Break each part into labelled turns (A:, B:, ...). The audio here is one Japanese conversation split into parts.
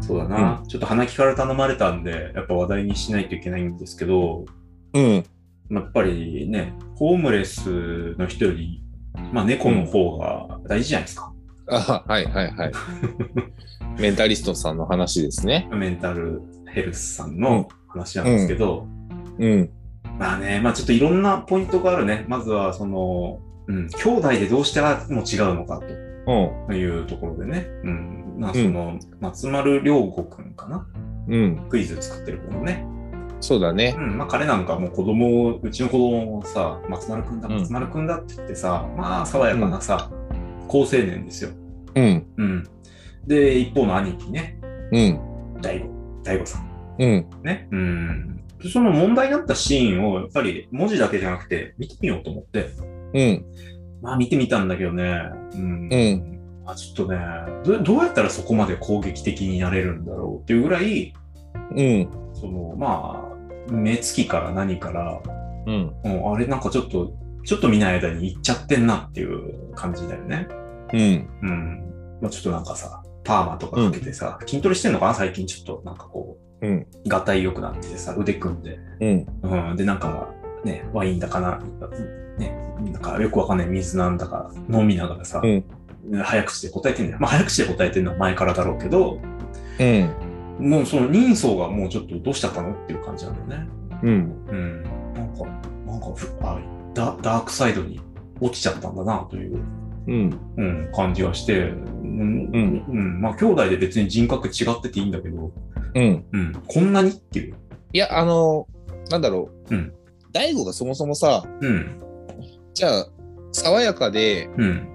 A: そうだな、ちょっと花木から頼まれたんで、やっぱ話題にしないといけないんですけど、
B: うん。
A: やっぱりね、ホームレスの人より、まあ、猫の方が大事じゃないですか、
B: あはいはいはい。メンタリストさんの話ですね。
A: メンタルヘルスさんの話なんですけど、
B: うん。
A: まあね、まあ、ちょっといろんなポイントがあるね、まずはその、うん、兄弟でどうしたらもう違うのか
B: うん。
A: というところでね、うん、まあその、松丸亮吾くんかな、
B: うん。
A: クイズ作ってる子のね、
B: そうだね
A: う。ん、まあ彼なんかもう子供を、うちの子供をさ、松丸くんだ、
B: うん
A: 松丸くんだって言ってさ、まあ爽やかなさ、高青年ですよ。
B: うん。
A: うん。で、一方の兄貴ね、
B: うん。
A: 大悟、大悟さん。
B: うん。
A: ね。うん。その問題になったシーンを、やっぱり文字だけじゃなくて、見てみようと思って、
B: うん。
A: まあ見てみたんだけどね、うん。
B: うん
A: まあちょっとねど、どうやったらそこまで攻撃的になれるんだろうっていうぐらい、
B: うん。
A: その、まあ、目つきから何から、
B: うん。
A: うん、あれなんかちょっと、ちょっと見ない間に行っちゃってんなっていう感じだよね。
B: うん。
A: うん。まあ、ちょっとなんかさ、パーマとかかけてさ、筋トレしてんのかな最近ちょっとなんかこう、
B: うん
A: がたい良くなっててさ、腕組んで、
B: うん。
A: うん。で、なんか、ね、ワインだかな、ね、なんかよくわかんない水なんだか飲みながらさ、
B: うん
A: 早口で答えてんだよ。まあ、早口で答えてるのは前からだろうけど、
B: うん。
A: もうその人相がもうちょっとどうしちゃったのっていう感じなんだよね。
B: うん。
A: うん、なんか、なんかふあダ、ダークサイドに落ちちゃったんだなという、
B: うん。
A: うん、感じがして、うん、
B: う
A: うんん、まあ、兄弟で別に人格違ってていいんだけど、
B: うん。
A: うん、こんなにっていう。
B: いや、あの、なんだろう。
A: うん。
B: 大悟がそもそもさ、
A: うん、
B: じゃあ、爽やかで、
A: うん、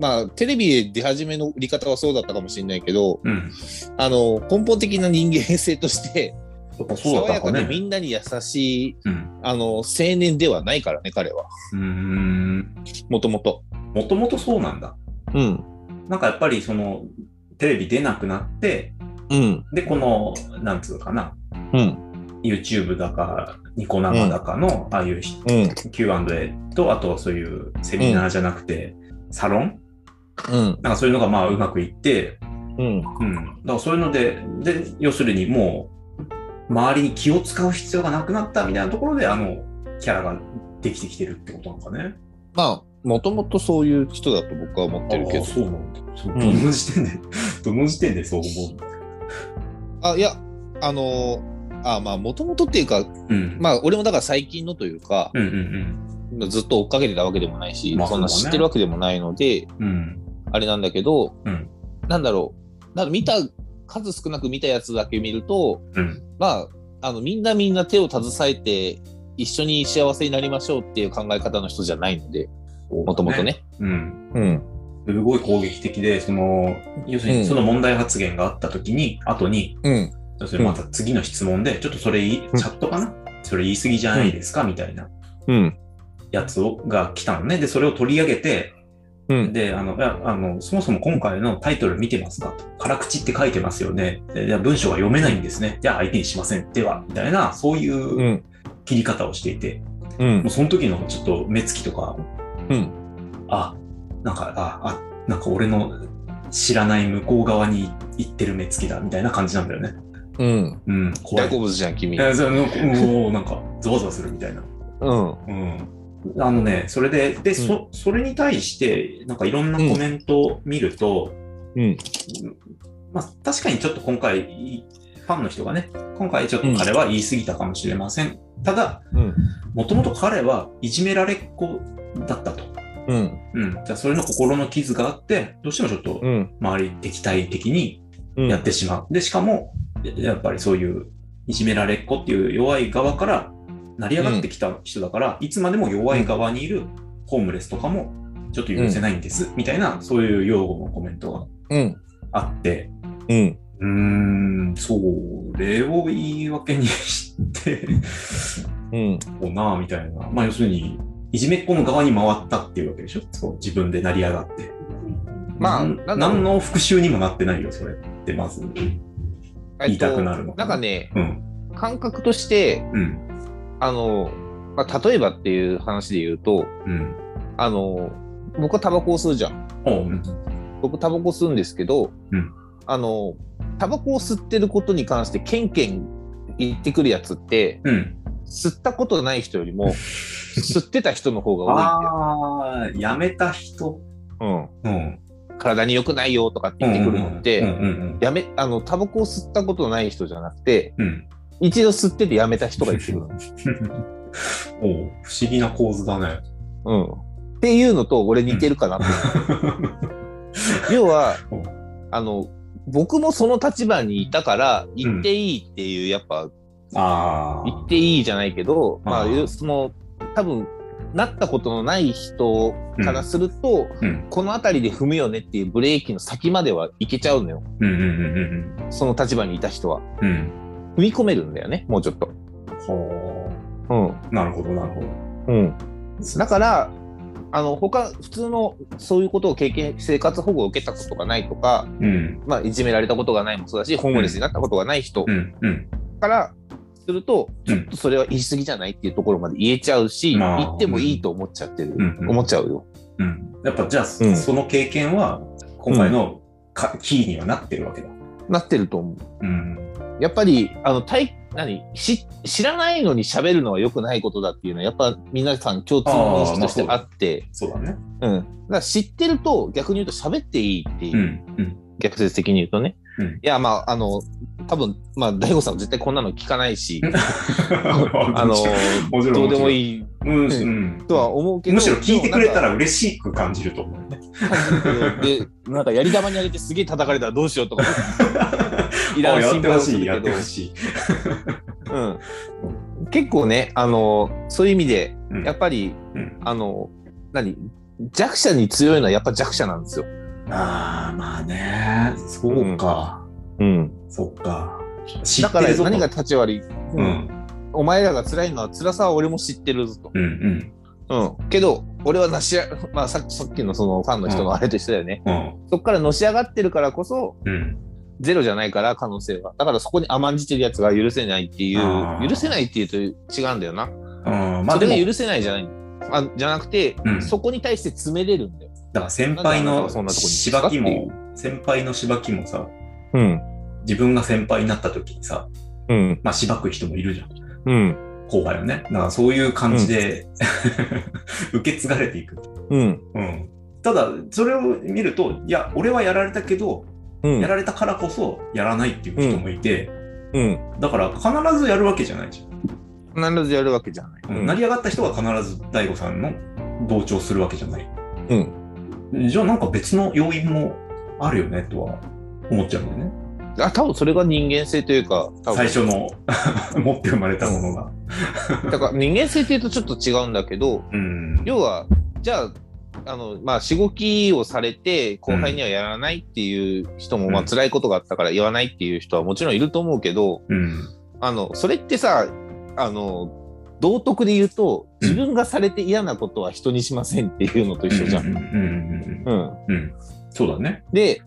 B: まあ、テレビで出始めの売り方はそうだったかもしれないけど、
A: うん。
B: あの、根本的な人間性として、
A: やっぱそうだ
B: 爽
A: った
B: や
A: のか
B: かでみ
A: ね。
B: んなに優しい、
A: うん。
B: あの、青年ではないからね、彼は。
A: うーん。
B: もともと。
A: もともとそうなんだ。
B: うん。
A: なんかやっぱりその、テレビ出なくなって、
B: うん。
A: で、この、なんつうかな、
B: うん。
A: YouTube だか、ニコ生だかの、ああいうひ
B: うん。
A: Q&A と、あとそういうセミナーじゃなくて、サロン
B: うん。
A: なんかそういうのがまあうまくいって、
B: うん。
A: うん。だからそういうので、で、要するにもう、周りに気を使う必要がなくなったみたいなところで、あの、キャラができてきてるってことなのかね。
B: まあ、もともとそういう人だと僕は思ってるけ
A: あ
B: ど
A: あ。そうなんだ。そう
B: うん
A: どの時点で、 どの時点でそう思
B: あ、いや、あのあまあ、もともとっていうか、
A: ううん。
B: まあ、俺もだから最近のというか、
A: うんうん
B: ずっと追っかけてたわけでもないし、
A: まあ
B: そんな
A: そうだね
B: 知ってるわけでもないので、
A: うん。うん。
B: あれなんだけど、
A: うん
B: なんだろう、なんか見た、数少なく見たやつだけ見ると、
A: うん。
B: まあ、あの、みんなみんな手を携えて、一緒に幸せになりましょうっていう考え方の人じゃないので、もともと。ね。
A: うん。
B: うん。
A: すごい攻撃的で、その、要する
B: うん
A: にその問題発言があった時に、後に、
B: うん。
A: 要するにまた次の質問で、ちょっとそれい、
B: うん
A: チャットかなそれ言い過ぎじゃないですかみたいな
B: うん。
A: やつをが来たのね。で、それを取り上げて、
B: うん。
A: で、あの、いやあのそもそも今回のタイトル見てますかと辛口って書いてますよね。でいや文章が読めないんですね。じゃあ相手にしません。では、みたいな、そう
B: う。
A: いうん切り方をしていて、
B: うん
A: もう。その時のちょっと目つきとか、
B: うん。
A: あ、なんか、あ、あ、なんか俺の知らない向こう側に行ってる目つきだ、みたいな感じなんだよね。
B: うん。
A: うん、怖
B: 大
A: い
B: 好。物じゃん、君。
A: えそうなんかもうなんか、ざわざわするみたいな。
B: うん。
A: うん。あのね、それで、で、そそれに対して、なんかいろんなコメントを見ると、
B: うん。
A: まあ、確かにちょっと今回、ファンの人がね、今回ちょっと彼は言い過ぎたかもしれません。ただ、
B: うん。
A: もともと彼はいじめられっ子だったと。
B: うん。
A: うん。じゃあそれの心の傷があって、どうしてもちょっと
B: うん。
A: 周り敵対的に
B: うん。
A: やってしまう。で、しかも、ややっぱりそういういじめられっ子っていう弱い側から成り上がってきた人だから、いつまでも弱い側にいるホームレスとかもちょっと許せないんです、みたいな、そういう用語のコメント
B: うん。
A: があって、
B: うん。
A: うーん、それを言い訳にして、
B: うん。
A: こうなあみたいな。まあ、要するに、いじめっ子の側に回ったっていうわけでしょそう自分で成り上がって。
B: ま
A: な
B: あ
A: ん
B: なんだろう
A: 何の復讐にもなってないよ、それって、まず。言いたくなるの
B: なんかね、
A: うん、
B: 感覚として、
A: うん、
B: あの、まあ、例えばっていう話で言うと、
A: うん。
B: あの、僕はタバコを吸うじゃん。
A: おううん
B: 僕タバコ吸うんですけど、
A: うん
B: あの、タバコを吸ってることに関してケンケン言ってくるやつって
A: うん。
B: 吸ったことない人よ りも吸ってた人の方が
A: ああ、やめた人。
B: 多いんだよ、
A: うん。
B: うん、体に良くないよとかって言ってくるのって、
A: うんうん
B: やめあのタバコを吸ったことない人じゃなくて
A: うん。うん。
B: 一度吸っててやめた人が言ってくるの、
A: おう不思議な構図だね。
B: うん、っていうのと俺似てるかなって、要は
A: うん
B: あの僕もその立場にいたから言っていいっていう、やっぱ
A: あ
B: 言っていいじゃないけど、ま
A: あー
B: あ、その多分なったことのない人からすると、
A: あ。うん。
B: この辺りで踏むよねっていうブレーキの先まではいけちゃうのよ
A: うんうんうん
B: その立場にいた人は
A: うんうん。うん。
B: 踏み込めるんだよねもうちょっと。
A: ほ
B: うん
A: う。なるほど、なるほど。
B: うん、だからあの他普通のそういうことを経験生活保護を受けたことがないとか、
A: うん。
B: まあ、いじめられたことがないもそうだしホームレスになったことがない人
A: うん。うん。
B: からすると、
A: うん
B: ちょっとそれは言い過ぎじゃないっていうところまで言えちゃうし、
A: まあ
B: 言ってもいいと思っちゃってる、
A: うんうん
B: 思っちゃうよ。
A: うん。やっぱじゃあ、
B: うん
A: その経験は、今回のか、キーにはなってるわけだ。
B: なってると思う。
A: うん。
B: やっぱりあの体何し知らないのに喋るのは良くないことだっていうのはやっぱ皆さん共通の認識としてあって
A: そうだね。
B: うん、だから知ってると逆に言うと喋っていいっていうう、
A: ん。うん。
B: 逆説的に言うとね、
A: うん
B: いやまああの多分まあ大悟さんは絶対こんなの聞かないしあ
A: あ
B: の
A: もちろん。
B: どうでも
A: い。
B: いい
A: うん。うん
B: とは思うけど
A: むしろ聞いてくれた
B: ら
A: ら嬉しく感じると思うね。
B: でなんかやり玉にあげてすげえ叩かれたらどうしよう とかいら
A: あ
B: ん
A: やっ
B: 心
A: て
B: 配
A: ほ
B: を
A: し
B: する
A: い、
B: け
A: やっ
B: ど
A: てほしい。
B: うん、結構ねあのそういう意味で
A: うん
B: やっぱり、
A: うん
B: あの何弱者に強いのはやっぱ弱者なんですよ。
A: ああ、まあね。そうか。
B: うん、
A: そうか。知
B: だ
A: って
B: から
A: るぞと
B: 何が立ち悪い、
A: う
B: うん
A: ん。
B: お前らが辛いのは辛さは俺も知ってるぞと。
A: うんうん。
B: うん、けど俺はなしあ、まあ、さっきさっきのそのファンの人のあれと一緒だよね、
A: うん。
B: そこからのし上がってるからこそ
A: うん。
B: ゼロじゃないから可能性はだからそこに甘んじてるやつが許せないってい
A: あ
B: う
A: ー
B: 許せないっていうと違うんだよな、
A: うんまあ
B: そ
A: で
B: れ
A: も、
B: が許せないじゃないあじゃなくて、
A: うん
B: そこに対して詰めれるんだよ。
A: だから先輩
B: なんであなた
A: の
B: がそんなとこに
A: しばき
B: い
A: も、先輩のしばきもさ、
B: うん
A: 自分が先輩になった時にさ、
B: うん
A: まあしばく人もいるじゃん。
B: うん
A: 後輩をね。だからそういう感じで、 受け継がれていく。
B: うん
A: うん。ただ、それを見ると、いや、俺はやられたけど、
B: うん
A: やられたからこそやらないっていう人もいて、
B: うん
A: だから必ずやるわけじゃないじゃん。
B: 必ずやるわけじゃない。
A: 成り上がった人が必ず大悟さんの同調するわけじゃない。
B: うん
A: じゃあなんか別の要因もあるよねとは思っちゃうんだよね。
B: あ多分それが人間性というか多分
A: 最初の 持って生まれたものが。
B: だから人間性というとちょっと違うんだけど
A: うん。
B: 要はじゃああのまあ、しごきをされて後輩にはやらないっていう人も、ま
A: う
B: あ
A: ん
B: 辛いことがあったから言わないっていう人はもちろんいると思うけど
A: うん。
B: あのそれってさあの道徳で言うと自分がされて嫌なことは人にしませんっていうのと一緒じゃ。
A: うんんうんうん
B: うん、
A: うんうん。そうだね。
B: で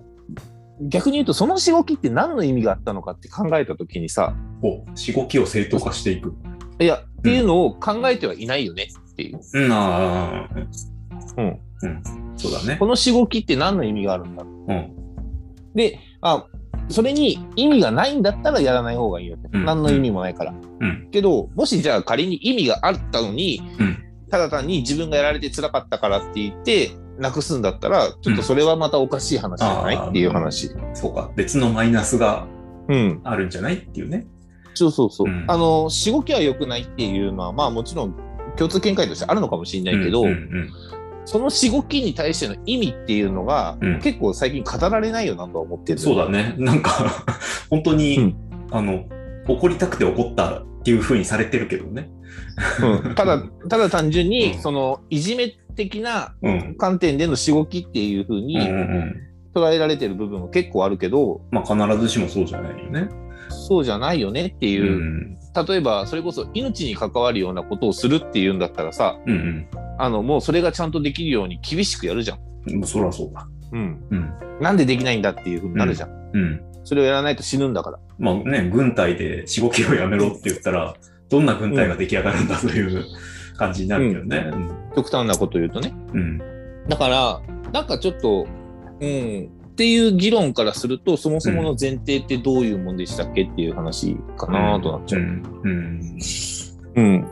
B: 逆に言うとそのしごきって何の意味があったのかって考えた時にさ
A: こう、しごきを正当化していく。
B: いやっていうのを考えてはいないよねっていう、
A: うん、ああ。
B: うん
A: うん。そうだね
B: こ。のしごきって何の意味があるんだ
A: うん。
B: であそれに意味がないんだったらやらない方がいいよね、
A: うん
B: 何の意味もないから、
A: うん
B: けどもしじゃあ仮に意味があったのに、
A: うん
B: ただ単に自分がやられて辛かったからって言ってなくすんだったらちょっとそれはまたおかしい話じゃない、
A: うん
B: っていう話
A: そうか。別のマイナスが
B: うん
A: あるんじゃないっていうね。
B: そうそうそう。
A: うん
B: あの、しごきは良くないっていうのは、まあもちろん共通見解としてあるのかもしれないけど、
A: うんうん
B: そのしごきに対しての意味っていうのが、
A: うん
B: 結構最近語られないよなとは思って
A: うん
B: る。
A: そうだね。なんか、 本当に、
B: うん
A: あの、怒りたくて怒ったっていう風にされてるけどね。
B: うんただ、ただ単純に、
A: うん
B: その、いじめ的な
A: うん。
B: 観点でのしごきっていうふう
A: うんうんう
B: に
A: ん。
B: 捉えられてる部分が結構あるけど、
A: まあ必ずしもそうじゃないよね。
B: そうじゃないよねって
A: う
B: いう、
A: ん。
B: 例えばそれこそ命に関わるようなことをするっていうんだったらさ、
A: うん
B: あの、もうそれがちゃんとできるように厳しくやるじゃん。
A: うん。そらそうだ。
B: うん。
A: うん。
B: なんでできないんだっていうふうになるじゃん
A: うん。
B: それをやらないと死ぬんだから。
A: まあね、軍隊で4、5キロやめろって言ったら、どんな軍隊が出来上がるんだという 感じになるけどね。
B: 極端なこと言うとね。
A: うん。
B: だから、なんかちょっと、うん、っていう議論からすると、そもそもの前提ってどういうもんでしたっけっていう話かなとなっちゃう。
A: うん。
B: うん。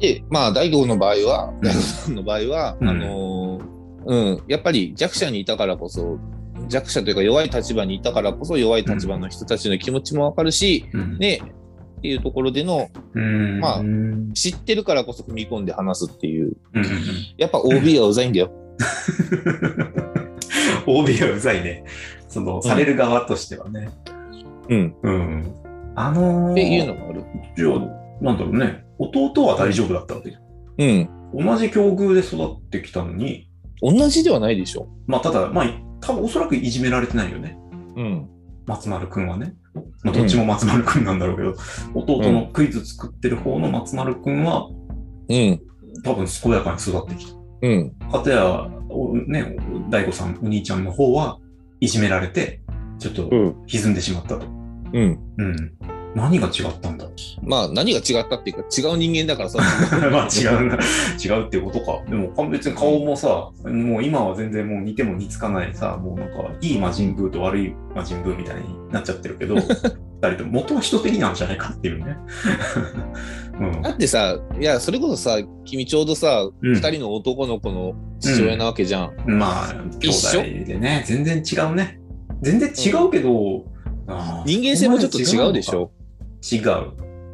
B: で、まあ、大悟の場合は、大悟さんの場合は、
A: うん
B: あのーうん、やっぱり弱者にいたからこそ、弱者というか弱い立場にいたからこそ弱い立場の人たちの気持ちもわかるし、
A: うん。
B: ね、っていうところでの、
A: うん。
B: まあ
A: うん。
B: 知ってるからこそ踏み込んで話すっていう、
A: うん。
B: やっぱ OB はうざいんだよ。
A: OB はうざいね。その、される側としてはね。
B: うん。
A: うん。あのー、
B: っていうのもある。
A: じゃあ、なんだろうね。弟は大丈夫だったわけじゃん。
B: うん。
A: 同じ境遇で育ってきたのに、
B: 同じではないでしょ。
A: まあ、ただ、まあ、多分おそらくいじめられてないよね。
B: うん。
A: 松丸くんはね。まあ、どっちも松丸くんなんだろうけど、弟のクイズ作ってる方の松丸くんは、
B: うん。
A: 多分健やかに育ってきた。
B: うん。
A: かたや、おね、大悟さん、お兄ちゃんの方はいじめられて、ちょっと
B: うん。
A: 歪んでしまったと。
B: うん。
A: うん。何が違ったんだ
B: まあ、何が違ったっていうか、違う人間だか らさ。
A: まあ違うな。違うってことか。でも別に顔もさ、もう今は全然もう似ても似つかないさ、もうなんかいい魔人ブーと悪い魔人ブーみたいになっちゃってるけ ど、二人とも元は人的なんじゃないかっていうね。 うん
B: だってさ、いや、それこそさ、君ちょうどさ、二、
A: うん
B: 人の男の子の父親なわけじゃん。
A: まあ、兄
B: 一緒
A: 弟でね、全然違うね。全然違うけど、あー
B: 人間性もちょっと違うでしょ。
A: 違う。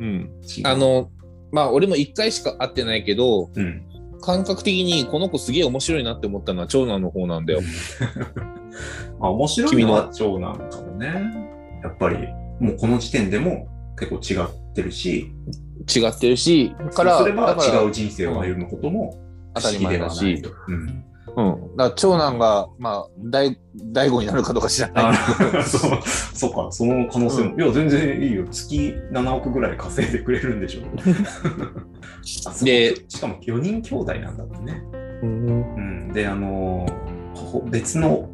B: うん。
A: 違う
B: あ、の、まあ、俺も一回しか会ってないけど、
A: うん。
B: 感覚的にこの子すげえ面白いなって思ったのは長男の方なんだよ。
A: まあ、面白いのは長男かもね。やっぱり、もうこの時点でも結構違ってるし、
B: 違ってるし、から、
A: そうすれば
B: だから
A: 違う人生を歩むことも
B: 当
A: 不
B: た
A: 思議
B: り前
A: で
B: だ
A: はない
B: し。
A: と。うん
B: うん。だから長男が、まあ、大、大悟になるかどうか知ら
A: あ
B: ないけど。
A: そう そうか、その可能性も、いや、全然いいよ、月7億ぐらい稼いでくれるんで しょあそう
B: で
A: しかも4人兄弟なんだってね。
B: うん
A: うん、であのほ別の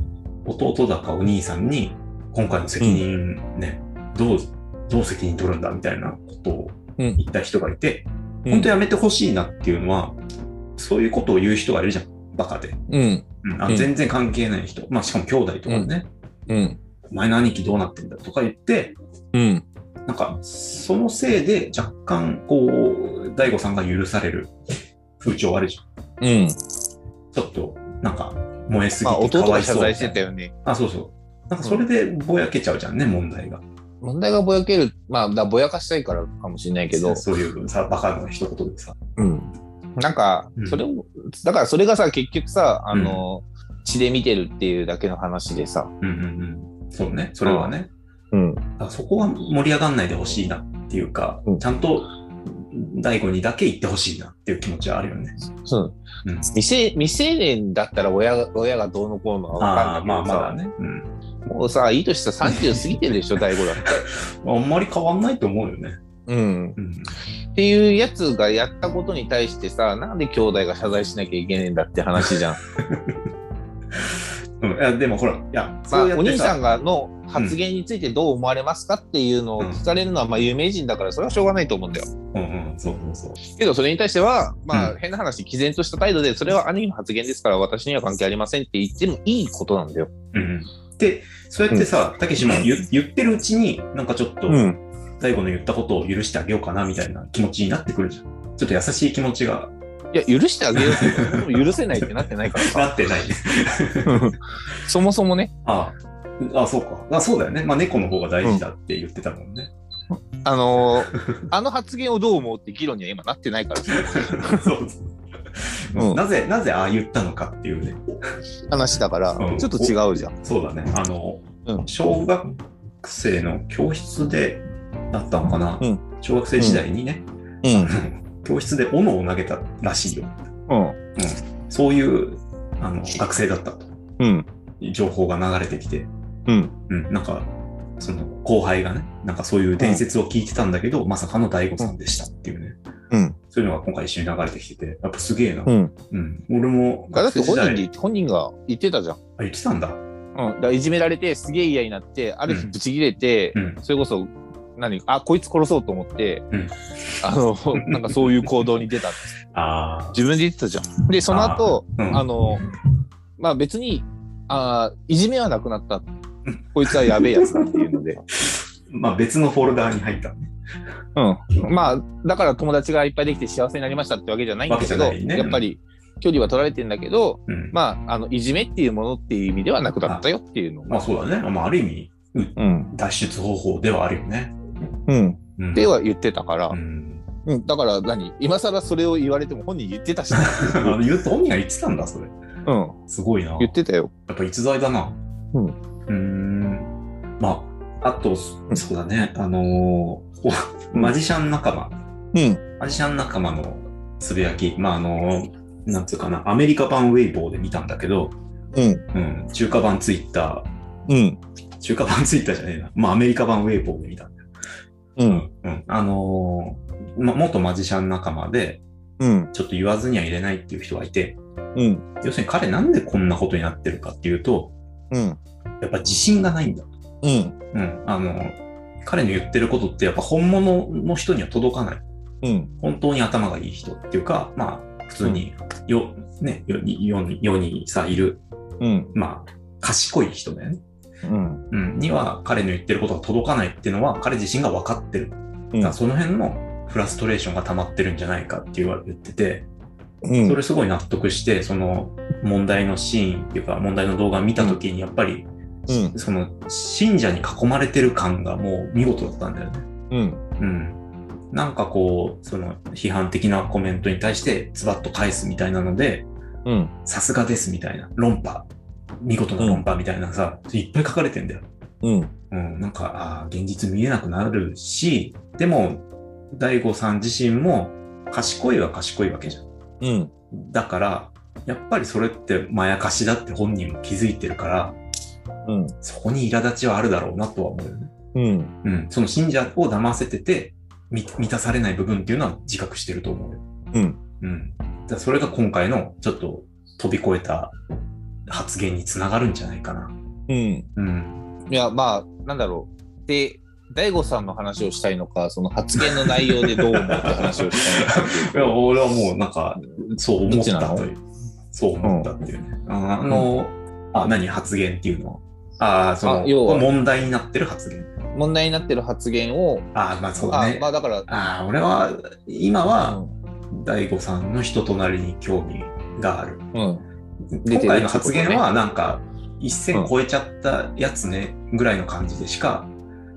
A: 弟だかお兄さんに今回の責任ね、どうどう責任取るんだみたいなことを
B: うん
A: 言った人がいて、本当やめてほしいなっていうのはそういうことを言う人がいるじゃんバカで、
B: うん。
A: うんあ
B: うん
A: 全然関係ない人、まあ、しかも兄弟とかね、
B: うん。
A: お前の兄貴どうなってんだとか言って
B: うん。
A: なんかそのせいで若干こう大悟さんが許される風潮あるじゃん
B: うん。
A: ちょっとなんか燃えすぎ
B: まあ、
A: てか
B: 弟
A: わ
B: が
A: いそ
B: 謝
A: うみたい
B: 罪
A: な
B: してたよね。
A: あ、そうそう。なんかそれでぼやけちゃうじゃんね、問題が。
B: 問題がぼやける、まあ、だからぼやかしたいからかもしれないけど、
A: そういうさ、バカな一言でさ。
B: うん、なんか
A: うん、
B: それを、だからそれがさ、結局さ、あの、血で見てるっていうだけの話でさ、
A: うんうんうん。そうね、それはね。
B: うん、
A: だからそこは盛り上がんないでほしいなっていうか、
B: うん
A: ちゃんと大悟にだけ言ってほしいなっていう気持ちはあるよね。
B: そう
A: うん
B: 未成未成年だったら親が親がどうのこうの
A: あ
B: は
A: あ、
B: 分か
A: まあ
B: んないけ
A: ま
B: どさ、
A: だね。うん。
B: もうさ、いいとしたら30過ぎてる でしょ、大悟だって。
A: あんまり変わんないと思うよね。
B: うん、
A: うん。
B: っていうやつがやったことに対してさ、なんで兄弟が謝罪しなきゃいけねえんだって話じゃん。
A: うん、いやでもほら、いや、
B: まあ、
A: そうや
B: お
A: って
B: 兄さ
A: さ、
B: んがの発言についてどう思われますかっていうのを聞かれるのは、まあ、有名人だから、それはしょうがないと思うんだよ。
A: うんうん、そうそうそう。
B: けど、それに対しては、ま
A: う
B: あ、変な話、毅然とした態度で、それは兄貴の発言ですから、私には関係ありませんって言ってもいいことなんだよ。
A: うんうん。で、そうやってさ、たけしも言言ってるうちに、なんかちょっと、
B: うん。
A: 最後の言ったことを許してあげようかなみたいな気持ちになってくるじゃん。ちょっと優しい気持ちが
B: いや、許してあげようって言っても許せないってなってないからさ。
A: なってない。
B: そもそもね、
A: ああ、あそうか。あそうだよね。まあ、猫の方が大事だって言ってたもんね。
B: あのーあの発言をどう思うって議論には今なってないからさ
A: そうそううんなぜ、なぜああ言ったのかっていうね。
B: 話だから、
A: うん
B: ちょっと違うじゃん。
A: そうだね。あの、
B: うん
A: 小学生の教室で、だったのかな、
B: うん
A: 小学生時代にね、
B: うん。
A: 教室で斧を投げたらしいよ。
B: うん。
A: そういうあの学生だったと。
B: うん。
A: 情報が流れてきて、
B: うん、
A: なんか、その後輩がね、なんかそういう伝説を聞いてたんだけど、まさかの大悟さんでしたっていうね、
B: うん。
A: そういうのが今回一緒に流れてきてて、やっぱすげえな。
B: うん。
A: うん。俺も、
B: だって
A: 学生
B: 本人で
A: 時代
B: 言って本人が言ってたじゃん。
A: あ、言ってたんだ。
B: うん、だからいじめられてすげえ嫌になってある日
A: うん
B: ブチ切れて、
A: うん。
B: それこそ何あこいつ殺そうと思って、
A: うん
B: あの なんかそういう行動に出たって
A: ああ。
B: 自分で言ってたじゃん。でその後
A: う
B: あ
A: ん。
B: のまあ別にああ、いじめはなくなった。こいつはやべえやつだっていう ので。
A: まあ別のフォルダーに入った。
B: うん。まあ、だから友達がいっぱいできて幸せになりましたってわけじゃないんだけど、
A: わけじゃないね
B: やっぱり距離は取られてんだけど、
A: うん。ま
B: まあ、あの、いじめっていうものっていう意味ではなくなったよっていうの
A: あ
B: が。
A: そうだね。まあある意味、
B: うん。
A: 脱出方法ではあるよね。
B: うん。
A: うん
B: では言ってたから
A: う、ん。
B: うん。だから何今更それを言われても本人言ってたし。
A: あの言うと本人が言ってたんだ、それ。
B: うん。
A: すごいな。
B: 言ってたよ。
A: やっぱ逸材だな。
B: うん
A: うーん。まあ、あと、
B: ん
A: そうだね。あのーおマジシャン仲間。
B: うん。
A: マジシャン仲間のつぶやき。まあ、あのーなんつうかな、アメリカ版ウェイボーで見たんだけど、
B: うん。
A: うん、中華版ツイッタ
B: うん。
A: ー、中華版ツイッターじゃねえな。まあ、アメリカ版ウェイボーで見たんだよ。
B: うん。
A: うん。あのーま、元マジシャン仲間で、
B: うん。
A: ちょっと言わずには入れないっていう人がいて、
B: うん。
A: 要するに彼なんでこんなことになってるかっていうと、
B: うん。
A: やっぱ自信がないんだ。
B: うん。
A: うん、あの彼の言ってることってやっぱ本物の人には届かない
B: うん。
A: 本当に頭がいい人っていうかまあ普通によ、ね、世に世に世にさいる、
B: うん。
A: まあ、賢い人だよね、
B: うん。
A: うん、には彼の言ってることが届かないっていうのは彼自身が分かってる、だからその辺のフラストレーションが溜まってるんじゃないかって言われてて
B: うん
A: それすごい納得してその問題のシーンっていうか問題の動画を見た時にやっぱり
B: うん。
A: その信者に囲まれてる感がもう見事だったんだよね。
B: うん。
A: うん、なんかこうその批判的なコメントに対してズバッと返すみたいなので
B: うん。
A: さすがですみたいな論破見事な論破みたいなさ、いっぱい書かれてんだよ、
B: うん。
A: うん、なんかあー現実見えなくなるしでも大悟さん自身も賢いは賢いわけじゃん
B: うん。
A: だからやっぱりそれってまやかしだって本人も気づいてるから
B: うん。
A: そこに苛立ちはあるだろうなとは思うよね、
B: うん。
A: うん、その信者を騙せててみ満たされない部分っていうのは自覚してると思うよ
B: うん。
A: うん、だからそれが今回のちょっと飛び越えた発言につながるんじゃないかな。
B: うん。
A: うん、
B: いや、まあ、なんだろう。で、大悟さんの話をしたいのか、その発言の内容でどう思うって話をしたいのかって
A: い
B: い
A: や
B: う。
A: 俺はもうなんかそう思っ
B: ど
A: た
B: っち
A: と
B: な
A: いうそう思ったっていうね。ああの、あ何発言っていうのああその
B: あ要は
A: 問題になってる発言。
B: 問題になってる発言を、
A: ああまあそうだね
B: あ。まあだから、
A: ああ俺は今
B: う
A: は
B: ん
A: 大悟さんの人となりに興味がある。
B: うん。出
A: 今
B: てるってことね
A: 回の発言はなんか一線超えちゃったやつねぐらいの感じでしか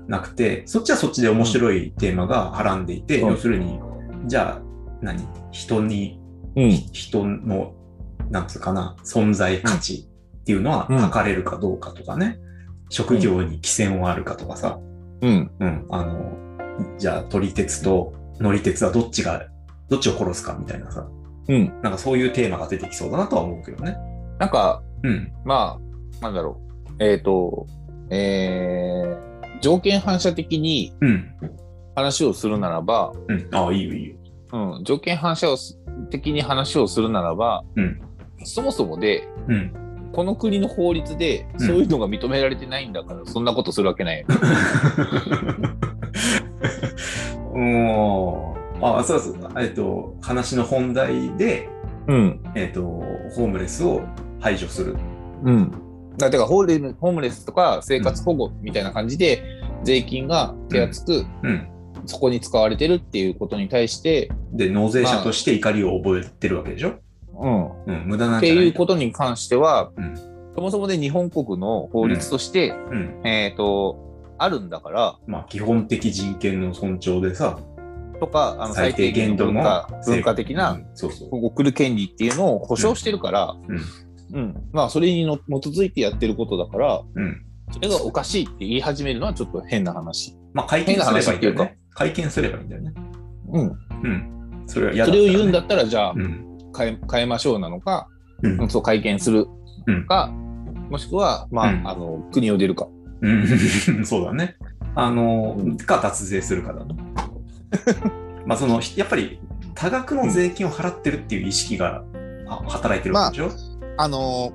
A: なくてそっちはそっちで面白いテーマがはらんでいて、
B: うん
A: 要するにじゃあ何人に
B: うん。
A: 人のなんつうかな存在価値っていうのは
B: うん
A: 測れるかどうかとかね、職業に寄線はあるかとかさ、
B: うん。
A: うん、あのじゃあ撮り鉄と乗り鉄はどっちがどっちを殺すかみたいなさ
B: うん。
A: なんかそういうテーマが出てきそうだなとは思うけどね。
B: なんか、
A: うん
B: まあ、なんだろう。えっ、と、えー、条件反射的に
A: うん
B: 話をするならば、
A: うん、ああ、いいよ、いいよ。
B: うん、条件反射をす的に話をするならば、
A: うん
B: そもそもで、
A: うん。
B: この国の法律で
A: うん
B: そういうのが認められてないんだから、そんなことするわけないよね。
A: おーあ、そうそう。えっと、話の本題で、
B: うん。
A: えっと、ホームレスを排除する。
B: うん。だからホーレムホームレスとか生活保護みたいな感じで、税金が手厚く
A: うん。
B: そこに使われてるっていうことに対して、
A: で、納税者として怒りを覚えてるわけでしょ。
B: うん、
A: うん、無駄な
B: っ
A: んじ
B: て
A: ゃない
B: いうことに関しては、
A: うん
B: そもそもで日本国の法律として、
A: うん。
B: えっ、と、あるんだから、
A: まあ、基本的人権の尊重でさ、
B: とか、あの
A: 最
B: 最
A: 低
B: 低
A: 限
B: 限
A: 度
B: 度
A: の
B: 文化文化的
A: う
B: なん
A: そうそう。
B: 送る権利っていうのを保障してるから、うんまあ、それにの基づいてやってることだから、
A: うん。
B: それがおかしいって言い始めるのはちょっと変な話。
A: まあ、会見すればいいんだよ
B: 変な話って
A: ね。会見すればいいんだよね。
B: うん、
A: うん。それは嫌
B: そ
A: だっ
B: れ
A: た
B: を
A: らね
B: 言うんだったら、じゃあ
A: うん。
B: 変え変えましょうなのか、
A: うん。
B: そう会見するか、もしくは、まあ
A: うん
B: あの国を出るか。
A: うん そうだね。あの
B: うん、
A: か、脱税するかだ と。まあ、その、やっぱり、多額の税金を払ってるっていう意識が、あ働いてるわけでしょ、
B: あの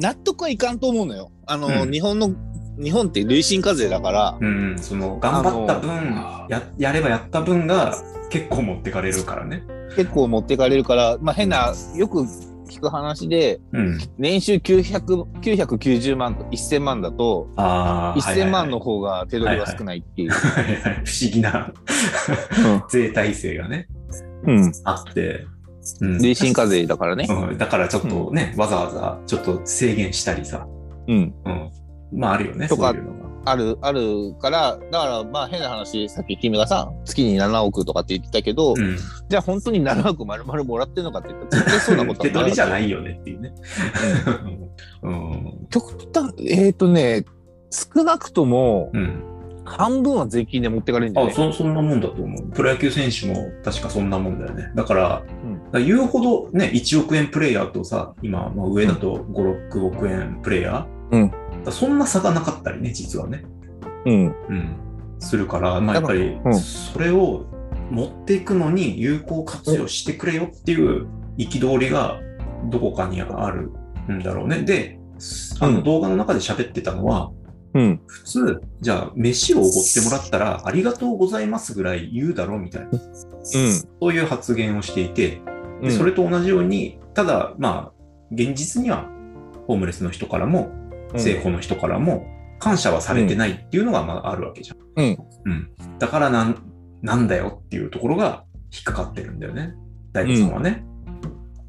B: 納得はいかんと思うのよ。あの
A: うん
B: 日本の日本って累進課税だから、
A: うん、その、頑張った分
B: あ、の
A: や、やればやった分が、結構持ってかれるからね。
B: 結構持ってかれるから、まあ、変なよく聞く話で、
A: うん。
B: 年収900 990万と1000万だと、
A: ああ。
B: 1000万の
A: は
B: 方が手取りが少ないっていう。
A: いはいはい。 不思議な税体制がね、
B: うんうん
A: あって。うん
B: 累進課税だからね。
A: うん、だからちょっとね、わざわざちょっと制限したりさ、
B: うん。
A: うん、まああるよね、
B: とか
A: そういうのが。
B: ある、あるから、だからまあ変な話、さっき君がさ、月に7億とかって言ってたけど、
A: うん、
B: じゃあ本当に7億丸々もらってるのかって言ったら、絶対そうなこと
A: 手
B: は
A: 取りじゃ
B: い。
A: ないよねっていうね。うん、
B: 極端、えっ、とね、少なくとも
A: うん、
B: 半分は税金で持ってかれるんじゃな
A: あ
B: い
A: そそんなもんだと思う。プロ野球選手も確かそんなもんだよね。だから、
B: うん
A: だから言うほどね、1億円プレイヤーとさ、今、まあ、上だと5、6億円プレイヤー、
B: うん
A: だからそんな差がなかったりね、実はね。
B: うん。
A: うん、するから、まあ、や
B: だ
A: っ
B: か
A: ぱ
B: ら
A: り
B: うん
A: それを持っていくのに有効活用してくれよっていう憤りがどこかにあるんだろうね。で、あ
B: う
A: の
B: ん
A: 動画の中で喋ってたのは、
B: うん。
A: 普通、じゃあ、飯をおごってもらったら、ありがとうございますぐらい言うだろうみたいな、そういう発言をしていて、で
B: うん。
A: それと同じように、ただ、まあ、現実には、ホームレスの人からも、政府の人からも感謝はされてないっていうのがまああるわけじゃん。
B: うん
A: うんだからなんなんだよっていうところが引っかかってるんだよね、大悟さんはね。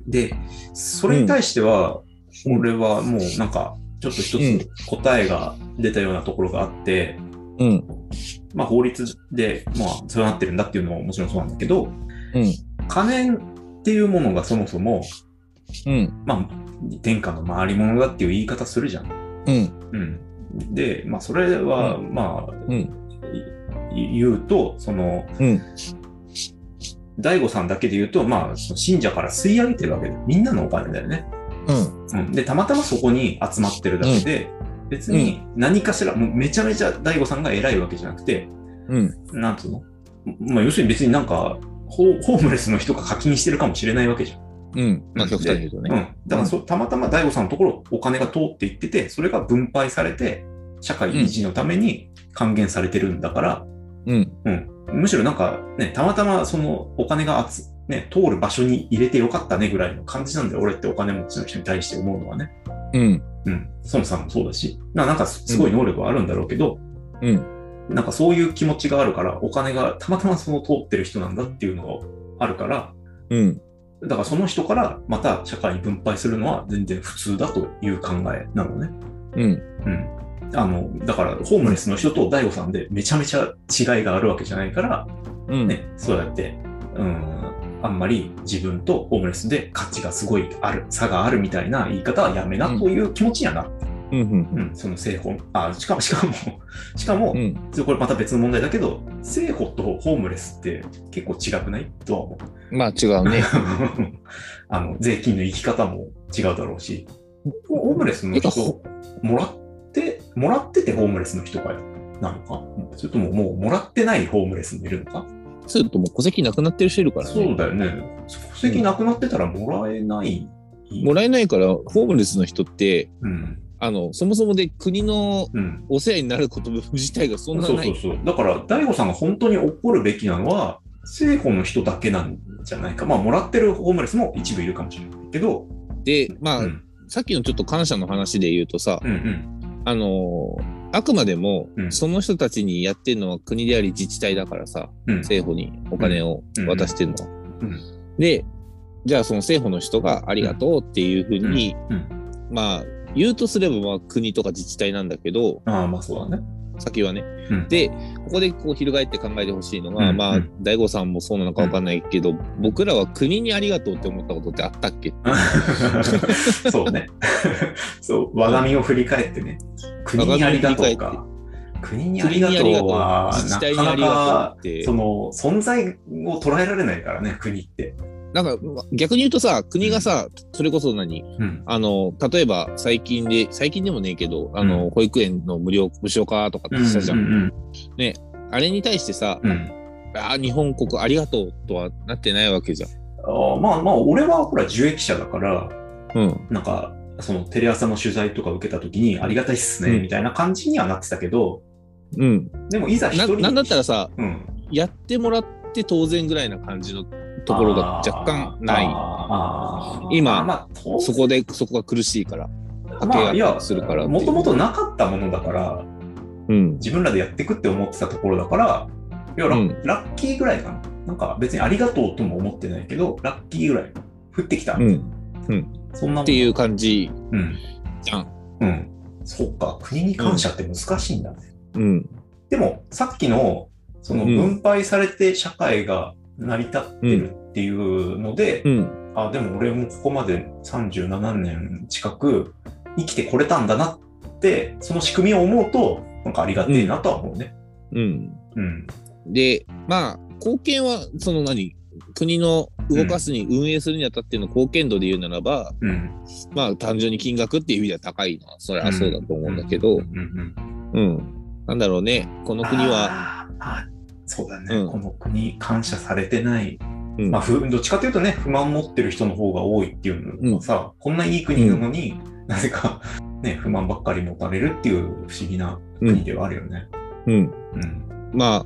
A: で、それに対しては、
B: うん
A: 俺はもうなんか、ちょっと一つ答えが出たようなところがあって、
B: うん。
A: まあ法律で、まあそうなってるんだっていうのはもちろんそうなんだけど、
B: うん。
A: 金っていうものがそもそも、
B: うん。
A: まあ天下の回り物だっていう言い方するじゃん。
B: うん。
A: うん、で、まあ、それは、
B: う
A: まあ、
B: うん。
A: い言うと、その、
B: うん。
A: 大悟さんだけで言うと、まあ、その信者から吸い上げてるわけで、みんなのお金だよね。
B: うん。
A: うん、で、たまたまそこに集まってるだけで、別に何かしら、もうめちゃめちゃ大悟さんが偉いわけじゃなくて、
B: うん。
A: なんつうのまあ、要するに別になんか、ホホームレスの人が課金してるかもしれないわけじゃん。
B: うん。まあ、極端に言うと
A: う
B: ね。
A: ん。だからそ、たまたま大悟さんのところ、お金が通っていってて、それが分配されて、社会維持のために還元されてるんだから、
B: うん。
A: うん、むしろなんかね、たまたまそのお金があつ、ね、通る場所に入れてよかったねぐらいの感じなんで、俺ってお金持ちの人に対して思うのはね。
B: うん。
A: うん。孫さんもそうだし、ななんかすすごい能力はあるんだろうけど、
B: うん。
A: なんかそういう気持ちがあるから、お金がたまたまその通ってる人なんだっていうのがあるから、
B: うん。
A: だからその人からまた社会に分配するのは全然普通だという考えなのね。
B: うん。
A: うん。あの、だからホームレスの人と大悟さんでめちゃめちゃ違いがあるわけじゃないから、
B: うん。
A: ね、そうやって、うん、あんまり自分とホームレスで価値がすごいある、差があるみたいな言い方はやめな
B: うん
A: という気持ちにはなる。
B: うん。
A: うん、その政法、あ、しかも、しかも、 しかも
B: う、ん。
A: これまた別の問題だけど、政法とホームレスって結構違くないとは思
B: まあ、違う
A: う。
B: ね。
A: あの、税金の生き方も違うだろうし、ホームレスの
B: てか
A: 人
B: ほ、
A: もらって、もらっててホームレスの人がなのかそれとももうもらってないホームレスもいるのか
B: するともう戸籍なくなってる人いるから
A: そう
B: ね。
A: だよね。戸籍なくなってたらもらえない。
B: もらえないから、ホームレスの人って、
A: うん。
B: あの、そもそもで国の
A: うん。
B: お世話になること自体がそんな
A: そう
B: な
A: そう
B: い。
A: そう。だから、大悟さんが本当に怒るべきなのは、政府の人だけなんじゃないか。まあ、もらってるホームレスも一部いるかもしれないけど、
B: で、ま
A: う
B: あ、
A: ん。
B: さっきのちょっと感謝の話で言うとさ、
A: うんうん。
B: あのーあくまでも
A: う、ん
B: その人たちにやってるのは国であり自治体だからさ、
A: うん。
B: 政府にお金を渡してるのは。
A: うんうん
B: で、じゃあその政府の人がありがとうっていうふうに、
A: うんう
B: まあ、言うとすればまあ国とか自治体なんだけど、
A: ああ、まあそうだね。
B: 先はね。
A: うん
B: で、ここでこう翻って考えてほしいのが、
A: うん
B: ま
A: う
B: あ
A: ん、
B: 大悟さんもそうなのかわかんないけど、僕らは国にありがとうって思ったことってあったっけ
A: そうね。 そう、我が身を振り返ってね。国にありがとうか。国にあり
B: 国
A: が
B: に
A: と
B: ありがと
A: う
B: う
A: は、
B: 自治体にあ
A: なか
B: り
A: な
B: が
A: か
B: とうって
A: そ。の存在を捉えられないからね、国って。
B: なんか逆に言うとさ、国がさ、それこそ何
A: うん。
B: あの、例えば最近で、最近でもねえけど、あの、
A: うん
B: 保育園の無料、無償化とかってしたじゃん。
A: うん
B: あれに対してさ、
A: うんうん。
B: ああ、日本国ありがとうとはなってないわけじゃん。
A: あーまあまあ、俺はほら受益者だから、
B: うん。
A: なんか、そのテレ朝の取材とか受けた時にありがたいっすね、
B: うん
A: みたいな感じにはなってたけど、
B: うん。
A: でもいざ一
B: な、
A: 人
B: なんだったらさ、
A: うん。
B: やってもらって当然ぐらいな感じのところが若干ない。
A: あー
B: 今
A: まあと
B: そこで、そこが苦しいから、
A: まあ
B: 掛
A: い
B: け合
A: や
B: いするからっていう
A: もともとなかったものだから、
B: うん。
A: 自分らでやってくって思ってたところだから、いやラ,、
B: うん
A: ラッキーぐらいかな。なんか別にありがとうとも思ってないけど、ラッキーぐらい。降ってきた。
B: うん。
A: そんなもん
B: っていう感じ
A: うん。
B: じゃん。
A: うん。そうか、国に感謝って難しいんだね。
B: うん。
A: でも、さっきの、その
B: うん
A: 分配されて社会が成り立ってるっていうので、
B: うん。
A: あ、でも俺もここまで37年近く生きてこれたんだなって、その仕組みを思うと、なんかありがてえなとは思うね。
B: うん。
A: うん。
B: で、まあ、貢献は、その何国の動かすに運営するにあたっての貢献度で言うならば、
A: うん。
B: まあ単純に金額っていう意味では高いのは、それはそうだと思うんだけ
A: う
B: ど
A: ん、うん。
B: うん。なんだろうね、この国は、
A: あー。あそうだね、
B: うん
A: この国、感謝されてない、
B: うん
A: まあ、ふどっちかというとね、不満持ってる人の方が多いっていうのはさ、こんないい国なのに、なぜか、ね、不満ばっかり持たれるっていう不思議な国ではあるよね。
B: うん。
A: うん。
B: まあ、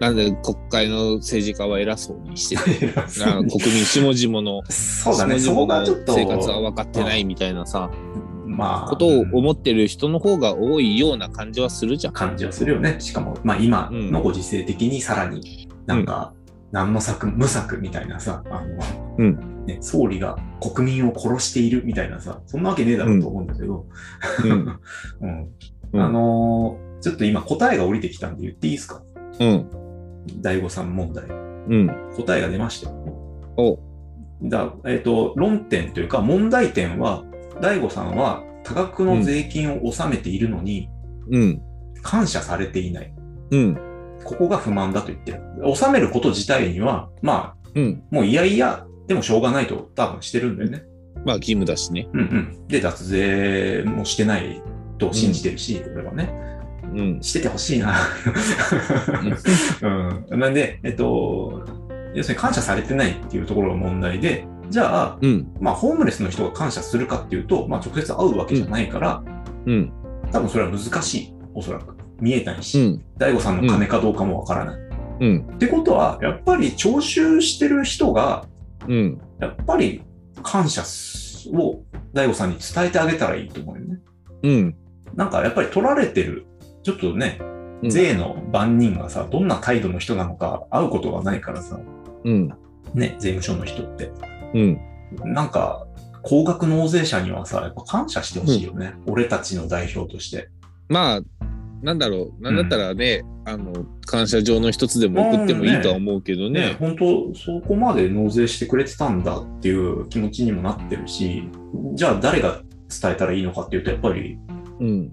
B: なんで国会の政治家は偉そうにしてる。
A: 偉そう
B: な
A: に
B: 国民下々の、
A: そうだね、
B: 下
A: そ
B: 々
A: こが
B: の
A: ちょっと、
B: 生活は分かってないみたいなさ、
A: まあ、
B: ことを
A: うん
B: 思ってる人の方が多いような感じはするじゃん。
A: 感じはするよね。しかも、まあ、今のご時世的にさらになんか、何の策、無策みたいなさ、あの、
B: う
A: ね、総理が国民を殺しているみたいなさ、そんなわけねえだろうと思 うんだけど、
B: うん。
A: うん
B: うん
A: あのーちょっと今答えが降りてきたんで言っていいですか
B: うん。
A: 第5さん問題。
B: うん。
A: 答えが出ましたよ。
B: お
A: だえっ、と、論点というか問題点は、第5さんは多額の税金を納めているのに
B: うん。
A: 感謝されていない。
B: うん。
A: ここが不満だと言ってる。収めること自体には、まあ、
B: うん。
A: もういやいや、でもしょうがないと多分してるんだよね。
B: まあ義務だしね。
A: うんうん。で、脱税もしてないと信じてるし、俺はね。
B: うん。
A: しててほしいな。うん。なんで、えっと、要するに感謝されてないっていうところが問題で、じゃあ、
B: うん。
A: まあ、ホームレスの人が感謝するかっていうと、まあ、直接会うわけじゃないから、
B: うん。
A: 多分それは難しい。おそらく。見えないし、
B: うん。
A: 大悟さんの金かどうかもわからない。
B: うん。
A: ってことは、やっぱり徴収してる人が、
B: うん。
A: やっぱり感謝を大悟さんに伝えてあげたらいいと思うよね。
B: うん。
A: なんかやっぱり取られてる、ちょっとね、
B: うん
A: 税の番人がさ、どんな態度の人なのか会うことがないからさ、
B: うん。
A: ね、税務署の人って。
B: うん。
A: なんか、高額納税者にはさ、やっぱ感謝してほしいよね。俺たちの代表として。
B: まあ、なんだろう。なんだったらね、あの、感謝状の一つでも送ってもいいとは思うけど
A: ね
B: ね、。
A: 本当そこまで納税してくれてたんだっていう気持ちにもなってるし、じゃあ誰が伝えたらいいのかっていうと、やっぱり、
B: うん。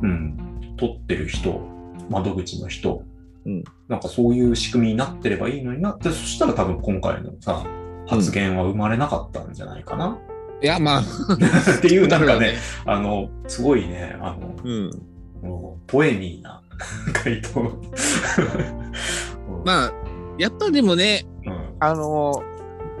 A: うん、取ってる人、窓口の人、
B: うん
A: なんかそういう仕組みになってればいいのになって、そしたら多分今回のさ、発言は生まれなかったんじゃないか な、
B: いや、まあ、
A: っていう、なんかね、あの、すごいね、あの、
B: うん。
A: もうポエミーな回 答。うん
B: まあ、やっぱでもね、
A: うん
B: あの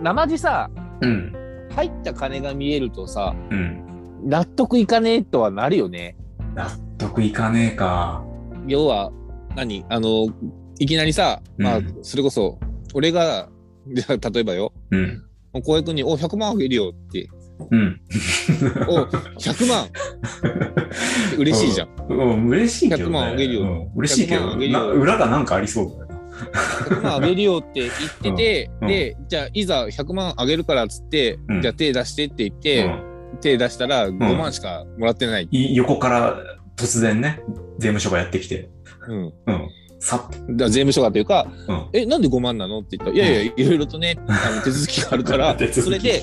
B: ー、生地さ、
A: うん、
B: 入った金が見えるとさ、
A: うん、
B: 納得いかねえとはなるよね。
A: 納得いかねえか。
B: 要は、何あのー、いきなりさ、まあ
A: うん、
B: それこそ、俺が、じゃあ例えばよ、
A: うん、
B: 浩平君に、お、100万あげるよって、
A: うん、
B: お、100万嬉しいじゃん。
A: うん、嬉しいけど、
B: 100
A: ね、
B: 万あげるよ
A: うん嬉しいけ
B: 100万
A: ど、
B: あげるよ
A: な裏がなんかありそうだよね。
B: 100万 あげるよって言ってて、
A: うん
B: で、じゃあ、いざ100万あげるからっつって、
A: うん
B: じゃあ手出してって言っ
A: う
B: て、
A: ん
B: 手出したら5万しかもらってない。
A: い横から突然ね、税務署がやってきて、
B: うん。
A: うん、さっと、
B: だから税務署がというか、
A: うん
B: え、なんで5万なのって言ったら、いやいや、いろいろ とね、あの手続きがあるから、
A: 手続
B: それ
A: き
B: で、